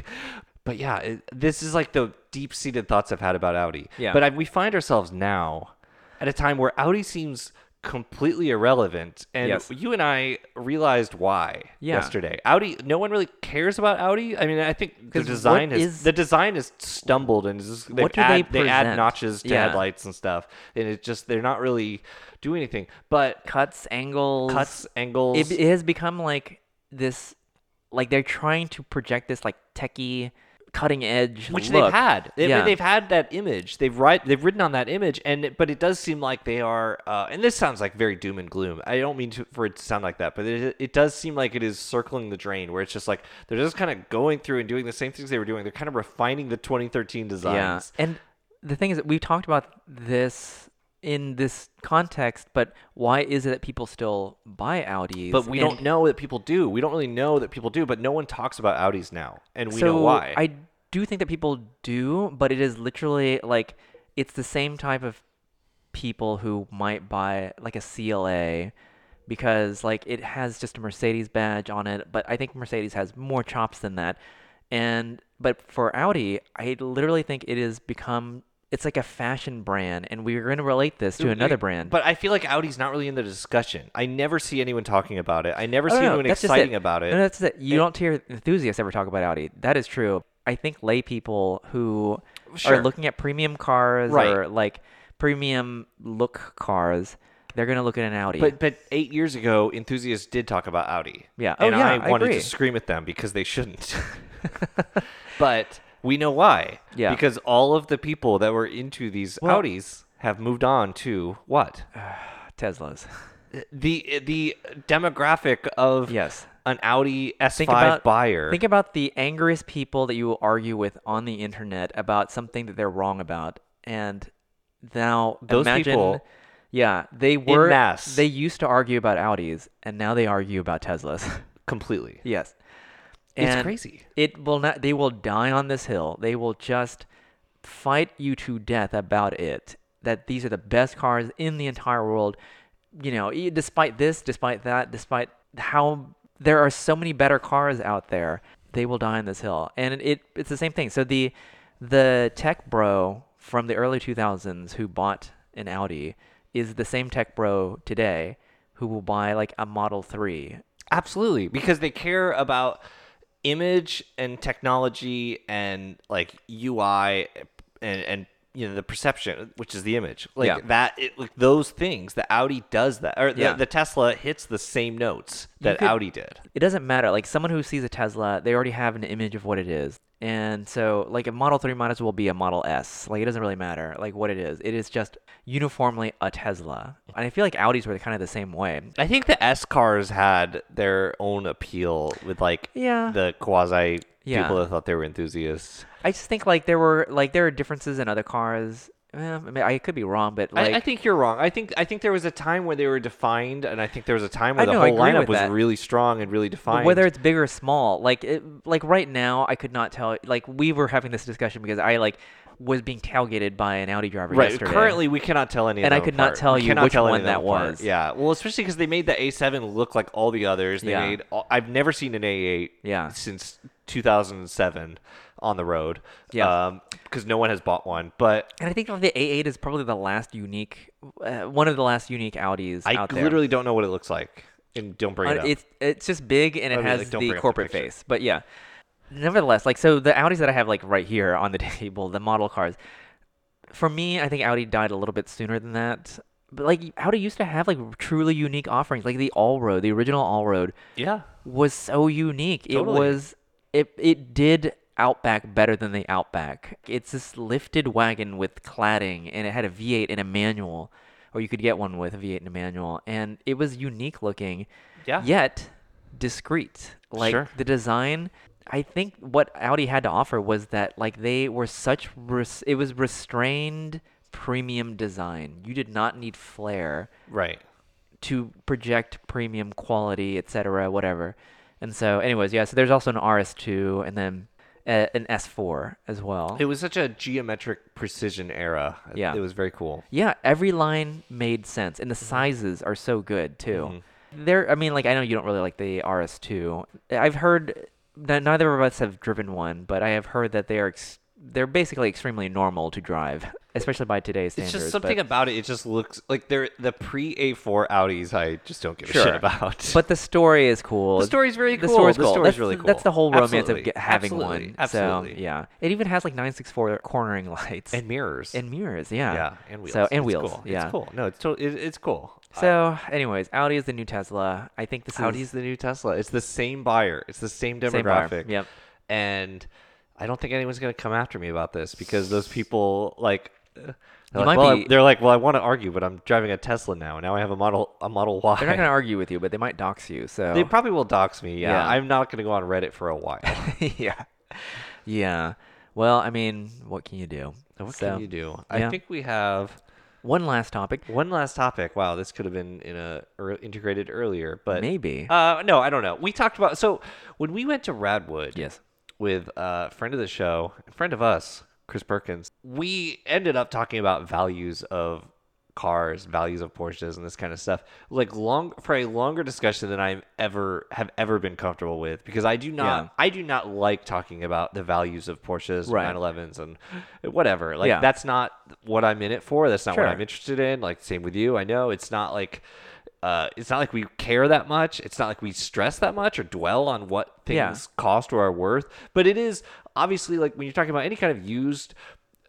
Speaker 1: But yeah, it, this is like the deep seated thoughts I've had about Audi.
Speaker 2: Yeah.
Speaker 1: But I, we find ourselves now at a time where Audi seems completely irrelevant, and
Speaker 2: Yes.
Speaker 1: you and I realized why
Speaker 2: Yeah.
Speaker 1: yesterday. Audi, no one really cares about Audi. I mean, I think the
Speaker 2: 'Cause what
Speaker 1: design has
Speaker 2: is-
Speaker 1: the design has stumbled, and it's just, they've
Speaker 2: What do
Speaker 1: add-
Speaker 2: they
Speaker 1: they add
Speaker 2: present?
Speaker 1: notches to
Speaker 2: Yeah.
Speaker 1: headlights and stuff, and it just they're not really doing anything. But
Speaker 2: Cuts, angles,
Speaker 1: cuts, angles,
Speaker 2: It, it has become like this, like they're trying to project this like techie, cutting edge
Speaker 1: which
Speaker 2: look.
Speaker 1: they've had. They,
Speaker 2: Yeah.
Speaker 1: They've had that image. They've ri- They've written on that image, and it- but it does seem like they are. Uh, and this sounds like very doom and gloom. I don't mean to, for it to sound like that, but it, it does seem like it is circling the drain, where it's just like they're just kind of going through and doing the same things they were doing. They're kind of refining the 2013
Speaker 2: Yeah,
Speaker 1: designs.
Speaker 2: and the thing is that we've talked about this in this context, but why is it that people still buy Audis?
Speaker 1: But we
Speaker 2: And
Speaker 1: don't know that people do. We don't really know that people do, but no one talks about Audis now, and we
Speaker 2: so
Speaker 1: know why.
Speaker 2: I do think that people do, but it is literally like it's the same type of people who might buy like a CLA because like it has just a Mercedes badge on it, but I think Mercedes has more chops than that. And but for Audi, I literally think it has become it's like a fashion brand, and we're going to relate this to another brand.
Speaker 1: But I feel like Audi's not really in the discussion. I never see anyone talking about it. I never see
Speaker 2: no, no,
Speaker 1: anyone
Speaker 2: that's just
Speaker 1: exciting about it.
Speaker 2: No, that's it. You don't hear enthusiasts ever talk about Audi. That is true. I think lay people who
Speaker 1: Sure.
Speaker 2: are looking at premium cars
Speaker 1: Right.
Speaker 2: or like premium look cars, they're gonna look at an Audi.
Speaker 1: But but eight years ago, enthusiasts did talk about Audi.
Speaker 2: Yeah. Oh,
Speaker 1: and
Speaker 2: yeah,
Speaker 1: I
Speaker 2: I
Speaker 1: wanted
Speaker 2: agree.
Speaker 1: to scream at them because they shouldn't. but we know why.
Speaker 2: Yeah.
Speaker 1: Because all of the people that were into these
Speaker 2: Well- Uh,
Speaker 1: Audis have moved on to what
Speaker 2: Teslas.
Speaker 1: the the demographic of
Speaker 2: Yes.
Speaker 1: an Audi S5
Speaker 2: Think about
Speaker 1: buyer.
Speaker 2: Think about the angriest people that you will argue with on the internet about something that they're wrong about, and now
Speaker 1: Those
Speaker 2: imagine,
Speaker 1: people
Speaker 2: yeah, they were
Speaker 1: mass.
Speaker 2: they used to argue about Audis, and now they argue about Teslas.
Speaker 1: completely.
Speaker 2: yes,
Speaker 1: It's
Speaker 2: And
Speaker 1: crazy.
Speaker 2: It will not. They will die on this hill. They will just fight you to death about it. That these are the best cars in the entire world. You know, e- despite this, despite that, despite how there are so many better cars out there, they will die on this hill. And it it's the same thing. So the the tech bro from the early 2000s who bought an Audi is the same tech bro today who will buy like a Model 3
Speaker 1: Absolutely, because they care about image and technology and like UI and and you know the perception, which is the image, like
Speaker 2: Yeah.
Speaker 1: that. It, like those things, the Audi does that, or
Speaker 2: Yeah.
Speaker 1: the, the Tesla hits the same notes that
Speaker 2: could-
Speaker 1: Audi did.
Speaker 2: it doesn't matter. Like someone who sees a Tesla, they already have an image of what it is. And so like a Model 3 might as well be a Model S. Like it doesn't really matter like what it is. It is just uniformly a Tesla. And I feel like Audis were kind of the same way.
Speaker 1: I think the S cars had their own appeal with like
Speaker 2: Yeah.
Speaker 1: the quasi
Speaker 2: Yeah.
Speaker 1: people that thought they were enthusiasts.
Speaker 2: I just think like there were like there are differences in other cars. Eh, I mean, I could be wrong, but like
Speaker 1: I, I think you're wrong. I think I think there was a time where they were defined, and I think there was a time where
Speaker 2: I
Speaker 1: the
Speaker 2: know, I
Speaker 1: whole
Speaker 2: agree
Speaker 1: lineup
Speaker 2: with
Speaker 1: was
Speaker 2: that.
Speaker 1: really strong and really
Speaker 2: But
Speaker 1: defined.
Speaker 2: Whether it's big or small, like it, like right now, I could not tell. Like we were having this discussion because I like was being tailgated by an Audi driver
Speaker 1: Right.
Speaker 2: yesterday.
Speaker 1: Currently, we cannot tell any. of
Speaker 2: And I
Speaker 1: them
Speaker 2: could not
Speaker 1: apart.
Speaker 2: tell
Speaker 1: We
Speaker 2: you
Speaker 1: cannot
Speaker 2: which
Speaker 1: tell any
Speaker 2: one
Speaker 1: of them
Speaker 2: that
Speaker 1: apart.
Speaker 2: was.
Speaker 1: Yeah. Well, especially because they made the A7 look like all the others. They
Speaker 2: Yeah.
Speaker 1: made. All, I've never seen an A8.
Speaker 2: Yeah.
Speaker 1: Since 2007, on the road.
Speaker 2: Yeah.
Speaker 1: Because no one has bought one, but.
Speaker 2: And I think the A8 is probably the last unique, uh, one of the last unique Audis
Speaker 1: I
Speaker 2: out there.
Speaker 1: literally don't know what it looks like. and don't bring
Speaker 2: Uh,
Speaker 1: it up.
Speaker 2: It's it's just big and it
Speaker 1: I mean,
Speaker 2: has
Speaker 1: like, don't
Speaker 2: the
Speaker 1: bring up the
Speaker 2: corporate
Speaker 1: picture.
Speaker 2: face. But yeah. Nevertheless, like so the Audis that I have like right here on the table, the model cars. For me, I think Audi died a little bit sooner than that. But like Audi used to have like truly unique offerings, like the All Road, the original All Road
Speaker 1: yeah,
Speaker 2: was so unique.
Speaker 1: Totally.
Speaker 2: It was it it did Outback better than the Outback. It's this lifted wagon with cladding and it had a V8 and a manual or you could get one with a V8 and a manual and it was unique looking
Speaker 1: yeah,
Speaker 2: yet discreet. Like
Speaker 1: Sure.
Speaker 2: the design, I think what Audi had to offer was that like they were such res- it was restrained premium design. You did not need flair
Speaker 1: Right.
Speaker 2: to project premium quality, etc., whatever. And so, anyways, yeah. So there's also an RS2 and then a, an S4 as well.
Speaker 1: It was such a geometric precision era.
Speaker 2: Yeah.
Speaker 1: It was very cool.
Speaker 2: yeah, every line made sense, and the
Speaker 1: Mm-hmm.
Speaker 2: sizes are so good too. There, I mean, like I know you don't really like the RS2. I've heard that neither of us have driven one, but I have heard that they are ex- they're basically extremely normal to drive, especially by today's
Speaker 1: It's
Speaker 2: standards.
Speaker 1: just
Speaker 2: but-
Speaker 1: something about it. It just looks like they're the pre A4 Audis. I just don't give a
Speaker 2: Sure.
Speaker 1: shit about.
Speaker 2: But the story is cool.
Speaker 1: The story's very
Speaker 2: the
Speaker 1: cool.
Speaker 2: Story's
Speaker 1: The
Speaker 2: cool.
Speaker 1: story's
Speaker 2: that's,
Speaker 1: really
Speaker 2: That's the
Speaker 1: cool.
Speaker 2: whole romance
Speaker 1: Absolutely.
Speaker 2: of get, having
Speaker 1: Absolutely.
Speaker 2: one. So,
Speaker 1: Absolutely.
Speaker 2: yeah. It even has like 964 cornering lights
Speaker 1: and mirrors.
Speaker 2: and mirrors. Yeah.
Speaker 1: yeah, and wheels.
Speaker 2: So, and
Speaker 1: It's
Speaker 2: wheels.
Speaker 1: Cool.
Speaker 2: Yeah.
Speaker 1: It's cool. No, it's to- it, it's cool.
Speaker 2: So, anyways, Audi is the new Tesla. I think this
Speaker 1: Audi's
Speaker 2: is
Speaker 1: the new Tesla. It's the same buyer. It's the same
Speaker 2: same bar.
Speaker 1: demographic.
Speaker 2: Yep.
Speaker 1: And I don't think anyone's gonna come after me about this because those people like. uh, They're
Speaker 2: You
Speaker 1: like,
Speaker 2: might
Speaker 1: well, I-
Speaker 2: be-
Speaker 1: they're like, well, I want to argue, but I'm driving a Tesla now. Now I have a model, a Model Y.
Speaker 2: They're not going to argue with you, but they might dox you. So,
Speaker 1: They probably will dox me. Yeah,
Speaker 2: Yeah.
Speaker 1: I'm not going to go on Reddit for a while.
Speaker 2: yeah. Yeah. Well, I mean, what can you do?
Speaker 1: what
Speaker 2: So,
Speaker 1: can you do? I
Speaker 2: yeah.
Speaker 1: think we have
Speaker 2: One last topic.
Speaker 1: one last topic. Wow, this could have been in a er, integrated earlier, but
Speaker 2: Maybe.
Speaker 1: Uh, no, I don't know. We talked about so when we went to Radwood.
Speaker 2: yes.
Speaker 1: with a friend of the show, a friend of us, Chris Perkins. We ended up talking about values of cars, values of Porsches, and this kind of stuff. Like long for a longer discussion than I've ever have ever been comfortable with because I do not
Speaker 2: Yeah.
Speaker 1: I do not like talking about the values of Porsches,
Speaker 2: Right.
Speaker 1: 911s, and whatever. Like
Speaker 2: Yeah.
Speaker 1: that's not what I'm in it for. That's not what
Speaker 2: Sure.
Speaker 1: I'm interested in. Like same with you. I know it's not like. Uh, it's not like we care that much. It's not like we stress that much or dwell on what things
Speaker 2: Yeah.
Speaker 1: cost or are worth. But it is obviously like when you're talking about any kind of used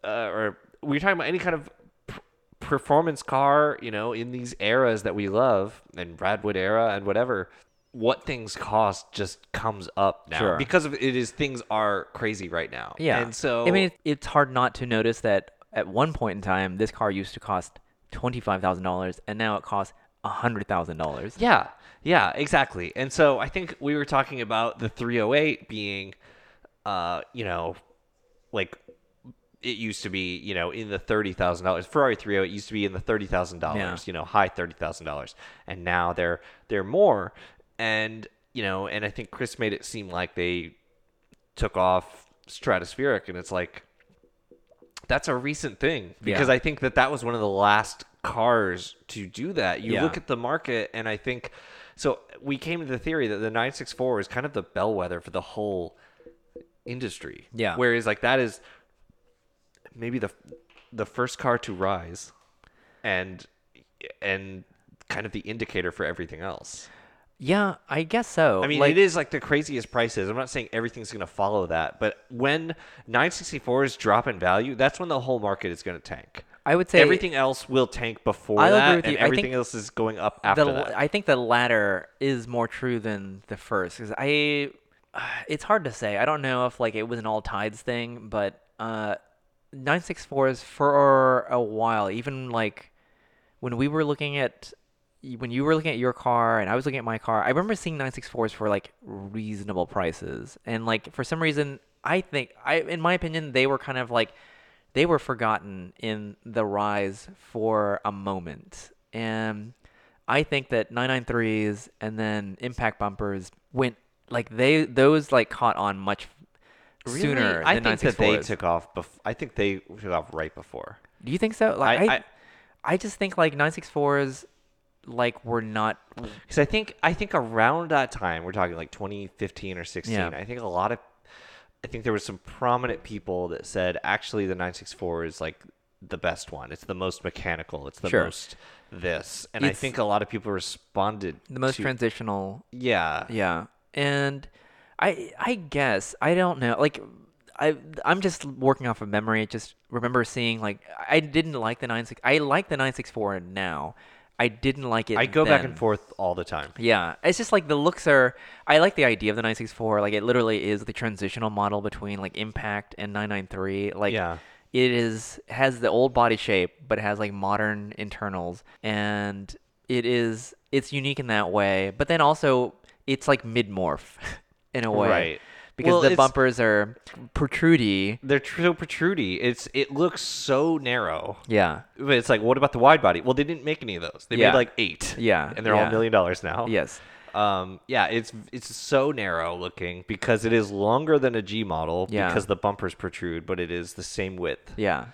Speaker 1: uh, or when you're talking about any kind of p- performance car, you know, in these eras that we love and Radwood era and whatever, what things cost just comes up now
Speaker 2: Sure.
Speaker 1: because of it is things are crazy right now.
Speaker 2: Yeah.
Speaker 1: And so
Speaker 2: I mean, it, it's hard not to notice that at one point in time, this car used to cost twenty five thousand dollars, and now it costs hundred thousand dollars.
Speaker 1: Yeah, yeah, exactly. And so I think we were talking about the 308 being, uh, you know, like it used to be, you know, in the thirty thousand dollars. Ferrari 308 used to be in the thirty thousand
Speaker 2: Yeah.
Speaker 1: dollars, you know, high thirty thousand dollars, and now they're they're more. And you know, and I think Chris made it seem like they took off stratospheric, and it's like that's a recent thing because
Speaker 2: Yeah.
Speaker 1: I think that that was one of the last cars to do that. You
Speaker 2: Yeah.
Speaker 1: look at the market, and I think so. We came to the theory that the 964 is kind of the bellwether for the whole industry.
Speaker 2: Yeah.
Speaker 1: Whereas like that is maybe the the first car to rise, and and kind of the indicator for everything else.
Speaker 2: Yeah, I guess so.
Speaker 1: I mean,
Speaker 2: like,
Speaker 1: it is like the craziest prices. I'm not saying everything's going to follow that, but when 964s drop in value, that's when the whole market is going to tank.
Speaker 2: I would say
Speaker 1: everything else will tank before
Speaker 2: I'll agree
Speaker 1: that,
Speaker 2: with
Speaker 1: and
Speaker 2: you. I think
Speaker 1: everything else is going up
Speaker 2: the,
Speaker 1: after
Speaker 2: l-
Speaker 1: that.
Speaker 2: I think the latter is more true than the first 'cause I, it's hard to say. I don't know if like it was an all tides thing, but uh, nine six fours for a while, even like when we were looking at when you were looking at your car and I was looking at my car, I remember seeing 964s for like reasonable prices. And like for some reason, I think I in my opinion they were kind of like they were forgotten in the rise for a moment. And I think that 993s and then impact bumpers went like they those like caught on much sooner
Speaker 1: I
Speaker 2: than
Speaker 1: think that they
Speaker 2: 964s.
Speaker 1: took off. Bef- I think they took off right before.
Speaker 2: Do you think so? Like
Speaker 1: I-
Speaker 2: I,
Speaker 1: I-
Speaker 2: I, just think like 964s like were not
Speaker 1: Because I think I think around that time, we're talking like 2015 or 16.
Speaker 2: Yeah.
Speaker 1: I think a lot of, I think there were some prominent people that said actually the 964 is like the best one. It's the most mechanical. It's the
Speaker 2: Sure.
Speaker 1: most this. And I
Speaker 2: It's-
Speaker 1: think a lot of people responded
Speaker 2: the most
Speaker 1: to-
Speaker 2: transitional
Speaker 1: yeah.
Speaker 2: Yeah, and I I guess I don't know. Like I I'm just working off of memory. I just remember seeing like I didn't like the nine six. I like the nine six four now. I didn't like it.
Speaker 1: I go back
Speaker 2: then.
Speaker 1: and forth all the time.
Speaker 2: Yeah, it's just like the looks are. I like the idea of the 964. Like it literally is the transitional model between like Impact and 993. Like
Speaker 1: Yeah.
Speaker 2: it is has the old body shape, but it has like modern internals, and it is it's unique in that way. But then also it's like mid morph in a way,
Speaker 1: Right.
Speaker 2: Because
Speaker 1: Well,
Speaker 2: the
Speaker 1: it's-
Speaker 2: bumpers are protrudy.
Speaker 1: They're tr- so protrudy. It's it looks so narrow.
Speaker 2: Yeah.
Speaker 1: But it's like, what about the wide body? Well, they didn't make any of those. They
Speaker 2: Yeah.
Speaker 1: made like eight.
Speaker 2: Yeah,
Speaker 1: and they're
Speaker 2: yeah.
Speaker 1: all million dollars now.
Speaker 2: Yes.
Speaker 1: Um, yeah, it's it's so narrow looking because it is longer than a G model
Speaker 2: Yeah.
Speaker 1: because the bumpers protrude, but it is the same width.
Speaker 2: Yeah.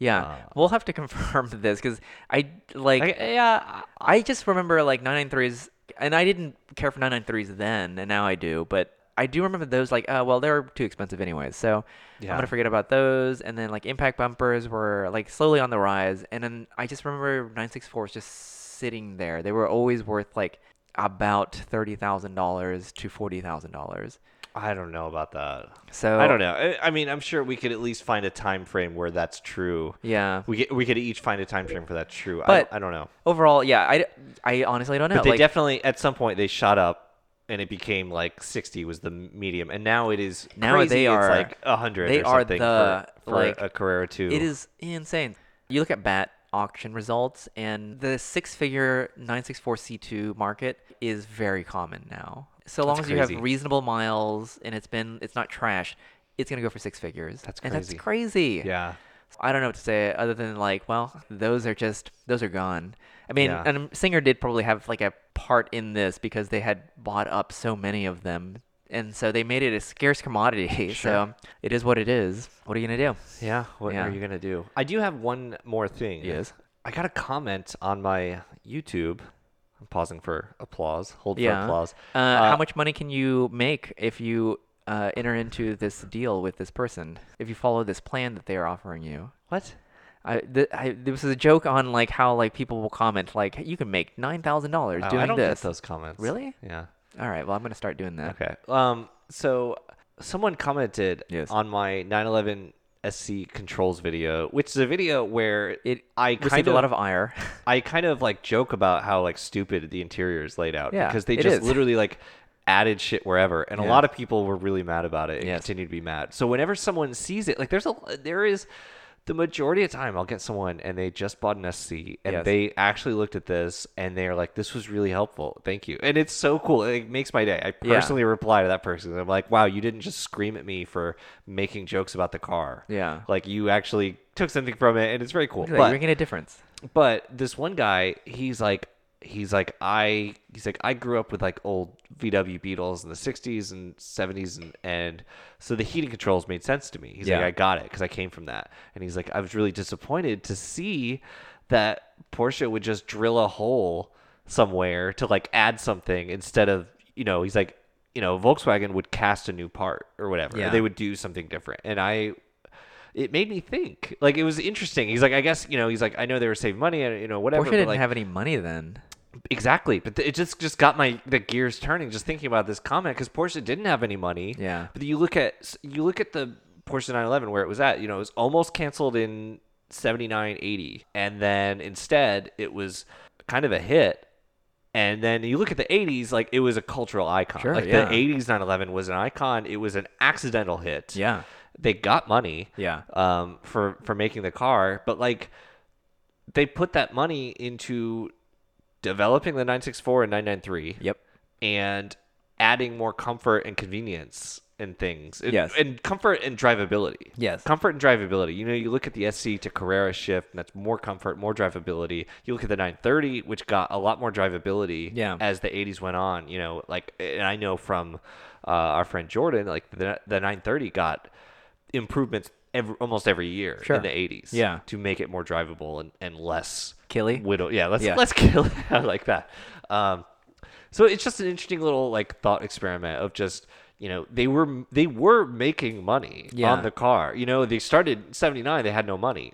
Speaker 2: Yeah. we'll have to confirm this because I like.
Speaker 1: Uh, I- yeah,
Speaker 2: I just remember like 993s, and I didn't care for 993s then, and now I do, but I do remember those like, oh, well, they're too expensive anyways. So I'm
Speaker 1: Yeah.
Speaker 2: going to forget about those. And then like impact bumpers were like slowly on the rise. And then I just remember 964s just sitting there. They were always worth like about $30,000 to $40,000.
Speaker 1: I don't know about that.
Speaker 2: So
Speaker 1: I don't know. I, I mean, I'm sure we could at least find a time frame where that's true.
Speaker 2: Yeah.
Speaker 1: We could, we could each find a time frame for that's true.
Speaker 2: But-
Speaker 1: I, I don't know.
Speaker 2: Overall, yeah, I, I honestly don't know.
Speaker 1: But they
Speaker 2: like,
Speaker 1: definitely at some point they shot up and it became like 60 was the medium and now it is
Speaker 2: Now
Speaker 1: crazy.
Speaker 2: they are-
Speaker 1: it's like 100
Speaker 2: they
Speaker 1: or
Speaker 2: are
Speaker 1: something
Speaker 2: the,
Speaker 1: for, for
Speaker 2: like,
Speaker 1: a career or two.
Speaker 2: It is insane. You look at bat auction results, and the six figure 964C2 market is very common now. So long
Speaker 1: That's
Speaker 2: as you
Speaker 1: crazy.
Speaker 2: have reasonable miles and it's been it's not trash, it's gonna go for six figures.
Speaker 1: That's
Speaker 2: And that's
Speaker 1: crazy.
Speaker 2: crazy.
Speaker 1: yeah.
Speaker 2: I don't know what to say other than like, well, those are just those are gone. I mean,
Speaker 1: Yeah.
Speaker 2: and Singer did probably have like a part in this because they had bought up so many of them, and so they made it a scarce commodity. So it is what it is. What are you gonna do?
Speaker 1: Yeah, what
Speaker 2: Yeah.
Speaker 1: are you gonna do? I do have one more thing.
Speaker 2: Yes.
Speaker 1: I got a comment on my YouTube. I'm pausing for applause. Hold for
Speaker 2: Yeah.
Speaker 1: applause.
Speaker 2: Uh, how much money can you make if you uh, enter into this deal with this person? If you follow this plan that they are offering you?
Speaker 1: What?
Speaker 2: I, th- I this is a joke on like how like people will comment like you can make nine thousand dollars
Speaker 1: Oh,
Speaker 2: doing
Speaker 1: I don't
Speaker 2: this.
Speaker 1: get those comments.
Speaker 2: Really?
Speaker 1: Yeah.
Speaker 2: All right, well I'm gonna start doing that.
Speaker 1: Okay. Um. So someone commented
Speaker 2: Yes.
Speaker 1: on my 911 SC controls video, which is a video where
Speaker 2: It
Speaker 1: I
Speaker 2: received
Speaker 1: kind
Speaker 2: a
Speaker 1: of
Speaker 2: lot of ire.
Speaker 1: I kind of like joke about how like stupid the interior is laid out
Speaker 2: Yeah,
Speaker 1: because they
Speaker 2: it
Speaker 1: just
Speaker 2: is.
Speaker 1: literally like added shit wherever, and a
Speaker 2: Yeah.
Speaker 1: lot of people were really mad about it and
Speaker 2: Yes.
Speaker 1: continue to be mad. So whenever someone sees it, like there's a there is the majority of time I'll get someone and they just bought an SC and
Speaker 2: Yes.
Speaker 1: they actually looked at this and they're like, "This was really helpful, thank you," and it's so cool. It makes my day. I
Speaker 2: Yeah.
Speaker 1: personally reply to that person. I'm like, "Wow, you didn't just scream at me for making jokes about the car.
Speaker 2: Yeah.
Speaker 1: like you actually." Took something from it, and it's very cool.
Speaker 2: Look at that,
Speaker 1: But-
Speaker 2: You're making a difference.
Speaker 1: but this one guy he's like he's like i he's like i grew up with like old vw beetles in the 60s and 70s and, and so the heating controls made sense to me he's
Speaker 2: Yeah.
Speaker 1: like i got it because i came from that and he's like i was really disappointed to see that porsche would just drill a hole somewhere to like add something instead of you know he's like you know volkswagen would cast a new part or whatever
Speaker 2: Yeah.
Speaker 1: they would do something different and i it made me think. Like it was interesting. He's like, I guess you know. He's like, I know they were saving money and you know whatever. but
Speaker 2: Porsche didn't
Speaker 1: like,
Speaker 2: have any money then.
Speaker 1: exactly. But th- it just just got my the gears turning just thinking about this comment because Porsche didn't have any money.
Speaker 2: Yeah.
Speaker 1: But you look at you look at the Porsche 911 where it was at. You know, it was almost canceled in 79, 80, and then instead it was kind of a hit. And then you look at the 80s, like it was a cultural icon.
Speaker 2: Sure,
Speaker 1: like
Speaker 2: yeah.
Speaker 1: the 80s 911 was an icon. It was an accidental hit
Speaker 2: Yeah.
Speaker 1: they got money
Speaker 2: Yeah.
Speaker 1: um for for making the car but like they put that money into developing the 964 and 993
Speaker 2: Yep.
Speaker 1: and adding more comfort and convenience and things and,
Speaker 2: Yes.
Speaker 1: and comfort and drivability
Speaker 2: Yes.
Speaker 1: comfort and drivability you know you look at the sc to carrera shift and that's more comfort more drivability you look at the 930 which got a lot more drivability
Speaker 2: Yeah.
Speaker 1: as the 80s went on you know like and i know from uh, our friend jordan like the, the 930 got improvements every, almost every year
Speaker 2: Sure.
Speaker 1: in the 80s
Speaker 2: Yeah.
Speaker 1: to make it more drivable and, and less
Speaker 2: Killy?
Speaker 1: widow yeah let's
Speaker 2: Yeah.
Speaker 1: let's kill it I like that um so it's just an interesting little like thought experiment of just you know they were they were making money
Speaker 2: Yeah.
Speaker 1: on the car you know they started in 79 they had no money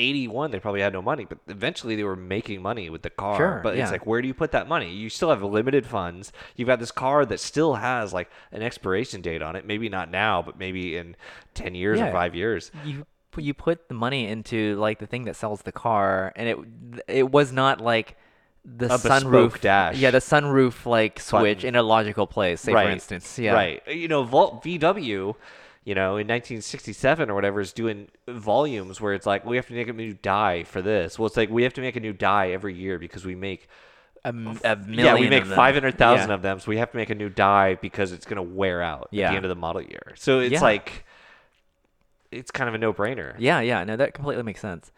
Speaker 1: 81 they probably had no money but eventually they were making money with the car
Speaker 2: Sure,
Speaker 1: but
Speaker 2: yeah.
Speaker 1: it's like where do you put that money you still have limited funds you've got this car that still has like an expiration date on it maybe not now but maybe in 10 years
Speaker 2: Yeah.
Speaker 1: or 5 years
Speaker 2: you pu- you put the money into like the thing that sells the car, and it it was not like the
Speaker 1: A
Speaker 2: sunroof
Speaker 1: bespoke dash.
Speaker 2: Yeah, the sunroof like switch
Speaker 1: Button.
Speaker 2: in a logical place. Say for
Speaker 1: Right,
Speaker 2: instance, yeah,
Speaker 1: right Uh, you know Vol- vw you know in 1967 or whatever is doing volumes where it's like we have to make a new die for this well it's like we have to make a new die every year because we make
Speaker 2: A, m- a million.
Speaker 1: yeah, we make
Speaker 2: of them.
Speaker 1: five hundred thousand
Speaker 2: Yeah.
Speaker 1: of them, so we have to make a new die because it's gonna wear out
Speaker 2: Yeah.
Speaker 1: at the end of the model year. So it's
Speaker 2: Yeah.
Speaker 1: like, it's kind of a no-brainer.
Speaker 2: Yeah, yeah. No, that completely makes sense.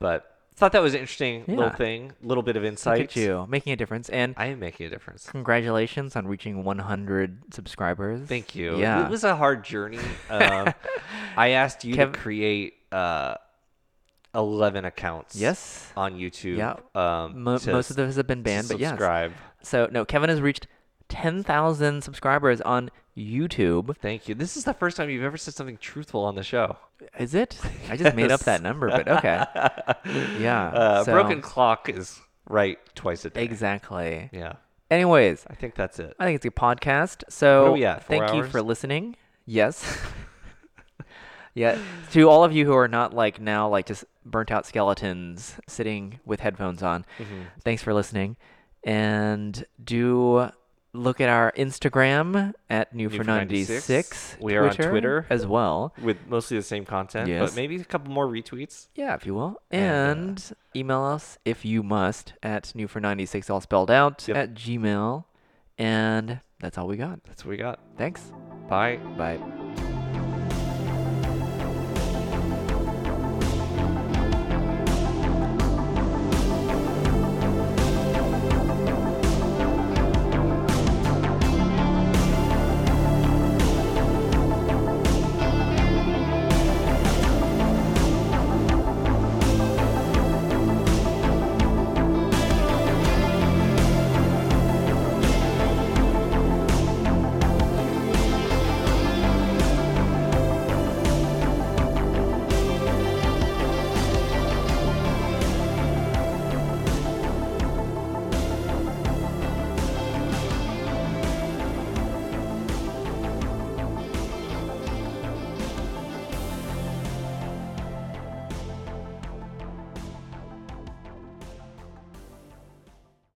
Speaker 1: But thought that was an interesting
Speaker 2: Yeah.
Speaker 1: little thing, little bit of
Speaker 2: Look
Speaker 1: insight.
Speaker 2: at you making a difference, and
Speaker 1: I am making a difference.
Speaker 2: congratulations on reaching 100 subscribers.
Speaker 1: Thank you.
Speaker 2: Yeah.
Speaker 1: it was a hard journey. Uh, I asked you
Speaker 2: Kev-
Speaker 1: to create uh, eleven accounts.
Speaker 2: Yes.
Speaker 1: On YouTube.
Speaker 2: Yeah.
Speaker 1: Um,
Speaker 2: Mo-
Speaker 1: to
Speaker 2: most of
Speaker 1: s-
Speaker 2: those have been
Speaker 1: to
Speaker 2: banned, but yes.
Speaker 1: subscribe.
Speaker 2: So no, Kevin has reached 10,000 subscribers on YouTube.
Speaker 1: Thank you. This is the first time you've ever said something truthful on the show.
Speaker 2: Is it? I just made up that number, but okay. Yeah.
Speaker 1: Uh,
Speaker 2: so-
Speaker 1: Broken clock is right twice a day.
Speaker 2: Exactly.
Speaker 1: Yeah,
Speaker 2: Anyways,
Speaker 1: I think that's it.
Speaker 2: I think it's a good podcast. So
Speaker 1: we at, four
Speaker 2: thank you for
Speaker 1: hours?
Speaker 2: listening. Yes. yeah. To all of you who are not like now like just burnt out skeletons sitting with headphones on.
Speaker 1: Mm-hmm.
Speaker 2: Thanks for listening. And do look at our Instagram at New,
Speaker 1: New for
Speaker 2: for 96.
Speaker 1: 96. We are on Twitter.
Speaker 2: as well.
Speaker 1: With mostly the same content,
Speaker 2: Yes.
Speaker 1: but maybe a couple more retweets.
Speaker 2: Yeah, if you will. And,
Speaker 1: And,
Speaker 2: email us if you must at new for 96 all spelled out
Speaker 1: Yep.
Speaker 2: at gmail. And that's all we got.
Speaker 1: That's what we got.
Speaker 2: Thanks.
Speaker 1: Bye.
Speaker 2: Bye.